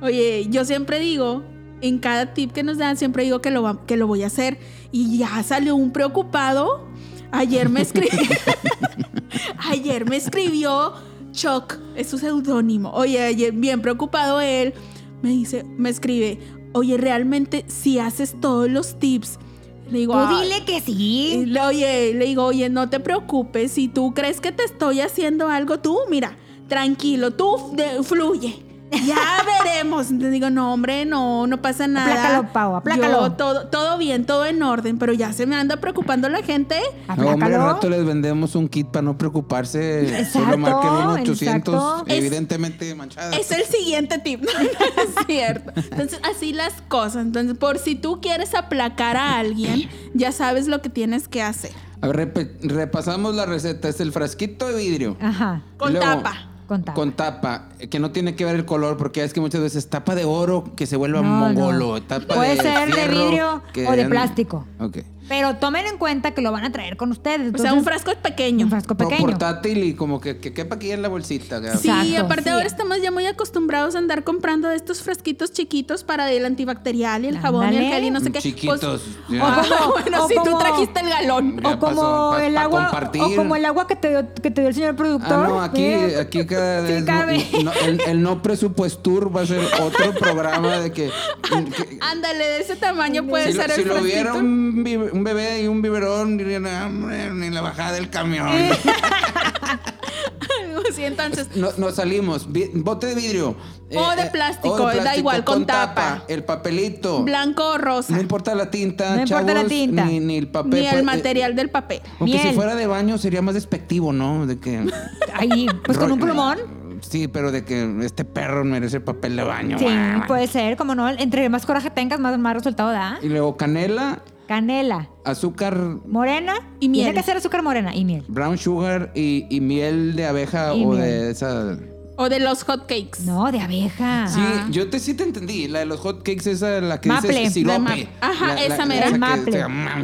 Speaker 2: Oye, yo siempre digo, en cada tip que nos dan, siempre digo que lo, va- que lo voy a hacer. Y ya salió un preocupado. Ayer me escribió. ayer me escribió Choc, es su seudónimo. Oye, ayer bien preocupado él, me dice, me escribe, oye, realmente si haces todos los tips. Le digo,
Speaker 1: Tú
Speaker 2: "Ah".
Speaker 1: dile que
Speaker 2: Y
Speaker 1: sí.
Speaker 2: le- oye, le digo, oye, no te preocupes, si tú crees que te estoy haciendo algo, tú, mira, tranquilo, tú f- de- fluye. Ya veremos. Le digo, no, hombre, no, no pasa nada.
Speaker 1: Aplácalo, Pau, aplácalo.
Speaker 2: Yo, todo, todo bien, todo en orden, pero ya se me anda preocupando la gente.
Speaker 3: No, hombre, al
Speaker 1: Aplácalo.
Speaker 3: rato les vendemos un kit para no preocuparse.
Speaker 1: Exacto,
Speaker 3: Solo marquen un 800,
Speaker 1: exacto.
Speaker 2: Es-
Speaker 3: evidentemente manchada.
Speaker 2: Es el siguiente tip, ¿no? es cierto. Entonces, así las cosas. Entonces, por si tú quieres aplacar a alguien, ya sabes lo que tienes que hacer.
Speaker 3: A ver, repe- repasamos la receta. Es el frasquito de vidrio.
Speaker 1: Ajá.
Speaker 2: Con
Speaker 3: Luego,
Speaker 2: tapa.
Speaker 1: Ah. Con tapa.
Speaker 3: Con tapa, eh, que no tiene que ver el color, porque ya es que muchas veces tapa de oro que se vuelva
Speaker 1: No,
Speaker 3: mongolo.
Speaker 1: no.
Speaker 3: Tapa
Speaker 1: Puede
Speaker 3: de
Speaker 1: ser de
Speaker 3: fierro
Speaker 1: vidrio
Speaker 3: que-
Speaker 1: o de plástico.
Speaker 3: Ok.
Speaker 1: Pero tomen en cuenta que lo van a traer con ustedes.
Speaker 2: O sea, un
Speaker 1: Entonces,
Speaker 2: frasco pequeño.
Speaker 1: un frasco
Speaker 3: Por-
Speaker 1: pequeño.
Speaker 3: Portátil y como que, que quepa aquí en la bolsita. güey.
Speaker 2: Sí,
Speaker 1: Exacto,
Speaker 2: aparte
Speaker 1: sí.
Speaker 2: ahora estamos ya muy acostumbrados a andar comprando de estos frasquitos chiquitos para el antibacterial y el jabón y el
Speaker 1: Ándale.
Speaker 2: gel y no sé qué.
Speaker 3: Chiquitos,
Speaker 2: Pues-
Speaker 3: ya.
Speaker 2: Ah,
Speaker 1: O como-
Speaker 2: bueno,
Speaker 1: o
Speaker 2: si tú
Speaker 1: como-
Speaker 2: trajiste el galón.
Speaker 3: Ya
Speaker 1: O como,
Speaker 3: pasó, pa-
Speaker 1: el
Speaker 3: pa
Speaker 1: agua,
Speaker 3: compartir.
Speaker 1: o como el agua que te dio, que te dio el señor productor.
Speaker 3: Ah, no, aquí,
Speaker 1: Mira.
Speaker 3: aquí cada
Speaker 1: Sí,
Speaker 3: vez. no-
Speaker 1: cabe.
Speaker 3: no- el, el no presupuestur va a ser otro programa de que. que-
Speaker 2: Ándale, de ese tamaño puede
Speaker 3: si lo-
Speaker 2: ser
Speaker 3: si
Speaker 2: el
Speaker 3: lo
Speaker 2: frasquito.
Speaker 3: hubiera un, bi- un bebé y un biberón, dirían, "Ah, hombre, ni la bajada del camión.
Speaker 2: Eh. Algo así, entonces.
Speaker 3: No, no salimos. Vi- bote de vidrio. Eh,
Speaker 2: O de plástico, da igual, con tapa.
Speaker 3: El papelito.
Speaker 2: Blanco o rosa.
Speaker 3: No importa la tinta,
Speaker 1: No importa la
Speaker 3: chavos,
Speaker 1: tinta.
Speaker 3: Ni, ni el papel.
Speaker 2: Ni el
Speaker 3: Pues, eh,
Speaker 2: material del papel.
Speaker 3: Aunque si
Speaker 1: Miel.
Speaker 3: fuera de baño sería más despectivo, ¿no? De que.
Speaker 1: Ahí, pues con un
Speaker 3: Rollo-
Speaker 1: plumón.
Speaker 3: Sí, pero de que este perro merece papel de baño. Ah.
Speaker 1: Sí,
Speaker 2: pues.
Speaker 1: puede ser, como no. Entre más coraje tengas, más, más resultado da.
Speaker 3: Y luego canela,
Speaker 1: Canela,
Speaker 3: azúcar,
Speaker 1: morena
Speaker 2: Y miel.
Speaker 1: Tiene que ser azúcar morena y miel.
Speaker 3: brown sugar y, y miel de abeja
Speaker 1: Y
Speaker 3: o
Speaker 1: miel.
Speaker 3: de esa.
Speaker 2: O de los hotcakes.
Speaker 1: No, de abeja.
Speaker 3: Sí, yo te sí te entendí. La de los hot cakes, esa la que
Speaker 1: Maple.
Speaker 3: dices
Speaker 1: De
Speaker 3: sirope.
Speaker 2: ma- Ajá,
Speaker 3: La- la-
Speaker 2: esa mera.
Speaker 3: que-
Speaker 1: Maple.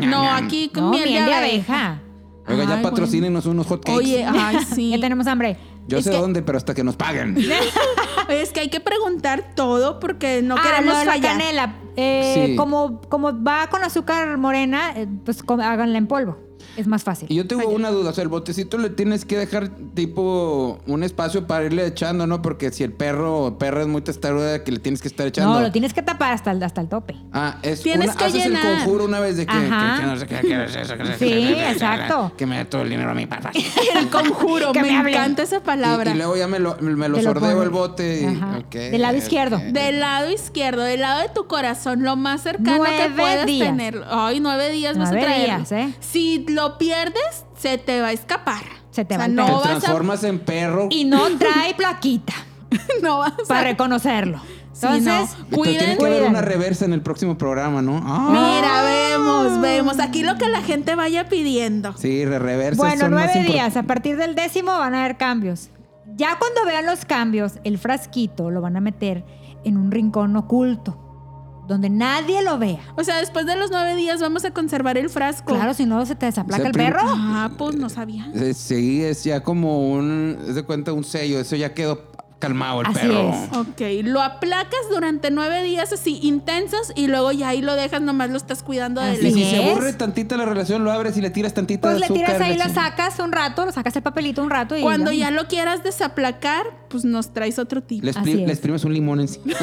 Speaker 3: que-
Speaker 2: No, aquí con
Speaker 1: No,
Speaker 2: miel, de abeja.
Speaker 1: abeja.
Speaker 3: Oiga,
Speaker 2: Ay,
Speaker 3: ya
Speaker 2: güey.
Speaker 3: patrocínenos unos hotcakes.
Speaker 2: Oye, ay, sí.
Speaker 1: Ya tenemos hambre.
Speaker 3: Yo
Speaker 2: es
Speaker 3: sé
Speaker 2: que-
Speaker 3: dónde, pero hasta que nos paguen.
Speaker 2: Oye, es que hay que preguntar todo porque no
Speaker 1: ah,
Speaker 2: queremos
Speaker 1: lo de la
Speaker 2: fallar.
Speaker 1: canela. Eh,
Speaker 3: Sí.
Speaker 1: como, como va con azúcar morena, eh, pues com- háganla en polvo. Es más fácil.
Speaker 3: Y yo tengo una duda, o sea, el botecito le tienes que dejar tipo un espacio para irle echando, ¿no? Porque si el perro o perra es muy testaruda que le tienes que estar echando.
Speaker 1: No, lo tienes que tapar hasta el, hasta el tope.
Speaker 3: Ah, es
Speaker 2: Tienes
Speaker 3: una-
Speaker 2: que
Speaker 3: haces
Speaker 2: llenar.
Speaker 3: el conjuro una vez de que, que-
Speaker 1: Ajá.
Speaker 3: que no sé qué, que no sé qué, que no sé
Speaker 1: Sí,
Speaker 3: qué,
Speaker 1: exacto.
Speaker 3: Que me dé todo el dinero a mi papá. Y,
Speaker 2: El conjuro,
Speaker 1: Que
Speaker 2: me,
Speaker 1: me hablen.
Speaker 2: encanta esa palabra.
Speaker 3: y luego ya me lo, me lo
Speaker 1: Te lo
Speaker 3: sordeo
Speaker 1: pones.
Speaker 3: el bote. y-
Speaker 1: Ajá.
Speaker 3: ok,
Speaker 1: Del lado izquierdo.
Speaker 3: ok.
Speaker 2: Del lado izquierdo, del lado de tu corazón, lo más cercano que
Speaker 1: Nueve
Speaker 2: puedas
Speaker 1: días.
Speaker 2: tenerlo. Ay, nueve días vas
Speaker 1: Nueve
Speaker 2: a traerlo.
Speaker 1: días, ¿eh?
Speaker 2: Si lo pierdes, se te va a escapar.
Speaker 1: Se te
Speaker 2: O
Speaker 1: va
Speaker 2: sea,
Speaker 1: el
Speaker 2: no
Speaker 1: perro.
Speaker 3: Te
Speaker 2: vas a-
Speaker 3: transformas en perro.
Speaker 1: Y no trae plaquita
Speaker 2: No vas a-
Speaker 1: para reconocerlo.
Speaker 2: Sí, no.
Speaker 1: Entonces,
Speaker 3: Pero tiene
Speaker 2: cuiden-
Speaker 3: que haber
Speaker 1: cuiden.
Speaker 3: una reversa en el próximo programa, ¿no? Ah.
Speaker 2: Mira, vemos, vemos. Aquí lo que la gente vaya pidiendo.
Speaker 3: Sí, re- reversas
Speaker 1: bueno,
Speaker 3: son más
Speaker 1: nueve
Speaker 3: impor-
Speaker 1: días. A partir del décimo van a haber cambios. Ya cuando vean los cambios, el frasquito lo van a meter en un rincón oculto, donde nadie lo vea.
Speaker 2: O sea, después de los nueve días vamos a conservar el frasco.
Speaker 1: Claro, si no se te desaplaca
Speaker 3: O sea,
Speaker 1: el
Speaker 3: prim-
Speaker 1: perro.
Speaker 2: Ah, pues no sabía.
Speaker 3: Eh, Sí, es ya como un. Es de cuenta un sello. Eso ya quedó calmado el
Speaker 1: Así
Speaker 3: perro.
Speaker 1: es.
Speaker 2: Ok, lo aplacas durante nueve días así intensos y luego ya ahí lo dejas, nomás lo estás cuidando de
Speaker 1: Así
Speaker 3: Y
Speaker 2: lejos.
Speaker 3: si se
Speaker 1: es.
Speaker 3: aburre tantita la relación, lo abres y le tiras tantita
Speaker 1: Pues
Speaker 3: de
Speaker 1: le
Speaker 3: azúcar.
Speaker 1: tiras ahí,
Speaker 3: la
Speaker 1: lo
Speaker 3: chingada.
Speaker 1: sacas un rato, lo sacas el papelito un rato y.
Speaker 2: Cuando
Speaker 1: vámonos.
Speaker 2: ya lo quieras desaplacar, pues nos traes otro tip.
Speaker 3: Le,
Speaker 1: Así
Speaker 3: expri-
Speaker 1: es.
Speaker 3: le exprimes un limón encima.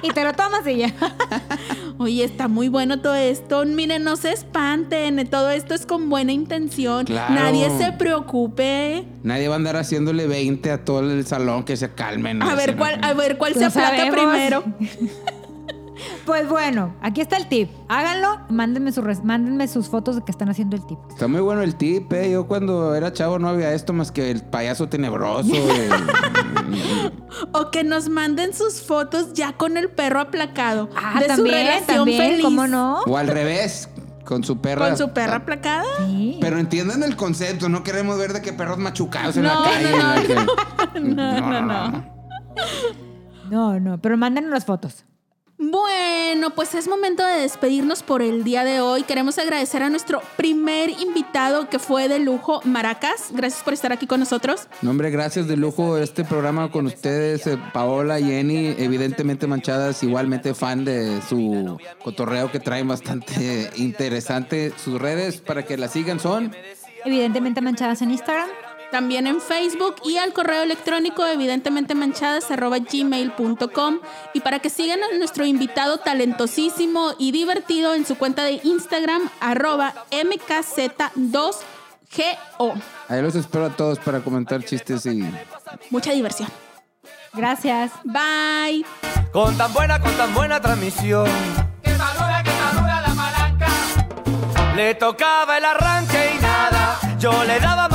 Speaker 1: Y te lo tomas y ya.
Speaker 2: Oye, está muy bueno todo esto. Miren, no se espanten. Todo esto es con buena intención.
Speaker 3: Claro.
Speaker 2: Nadie se preocupe.
Speaker 3: Nadie va a andar haciéndole 20 a todo el salón que se calmen.
Speaker 2: A
Speaker 3: Así,
Speaker 2: ver
Speaker 3: ¿no?
Speaker 2: cuál, a ver cuál
Speaker 1: No
Speaker 2: se aplaca
Speaker 1: sabemos.
Speaker 2: primero.
Speaker 1: Pues bueno, aquí está el tip. Háganlo, mándenme, sus res- mándenme sus fotos de que están haciendo el tip.
Speaker 3: Está muy bueno el tip, ¿eh? Yo cuando era chavo no había esto más que el payaso tenebroso. el-
Speaker 2: O que nos manden sus fotos ya con el perro aplacado.
Speaker 1: Ah,
Speaker 2: de su
Speaker 1: también,
Speaker 2: relación
Speaker 1: también,
Speaker 2: feliz.
Speaker 1: ¿cómo no?
Speaker 3: o al revés, con su perra.
Speaker 2: Con su perra aplacada.
Speaker 1: Sí.
Speaker 3: Pero entiendan el concepto, no queremos ver de que perros machucados en
Speaker 2: No,
Speaker 3: la
Speaker 2: no,
Speaker 3: calle.
Speaker 2: no,
Speaker 3: ¿verdad? Que-
Speaker 2: no, no, no.
Speaker 1: No, no, pero mándenos las fotos.
Speaker 2: Bueno, pues es momento de despedirnos por el día de hoy. Queremos agradecer a nuestro primer invitado que fue de lujo, Maracas. Gracias por estar aquí con nosotros.
Speaker 3: No, hombre, gracias de lujo este programa con ustedes, eh, Paola, Jenny, evidentemente manchadas, igualmente fan de su cotorreo que traen bastante interesante. Sus redes para que la sigan son
Speaker 1: Evidentemente manchadas en Instagram.
Speaker 2: También en Facebook y al correo electrónico evidentemente manchadas arroba gmail.com y para que sigan a nuestro invitado talentosísimo y divertido en su cuenta de Instagram arroba mkz2go.
Speaker 3: Ahí los espero a todos para comentar chistes y
Speaker 2: Mucha diversión.
Speaker 1: Gracias.
Speaker 2: Bye.
Speaker 5: Con tan buena, con tan buena transmisión. Quemadura, quemadura la palanca. Le tocaba el arranque y nada. Yo le daba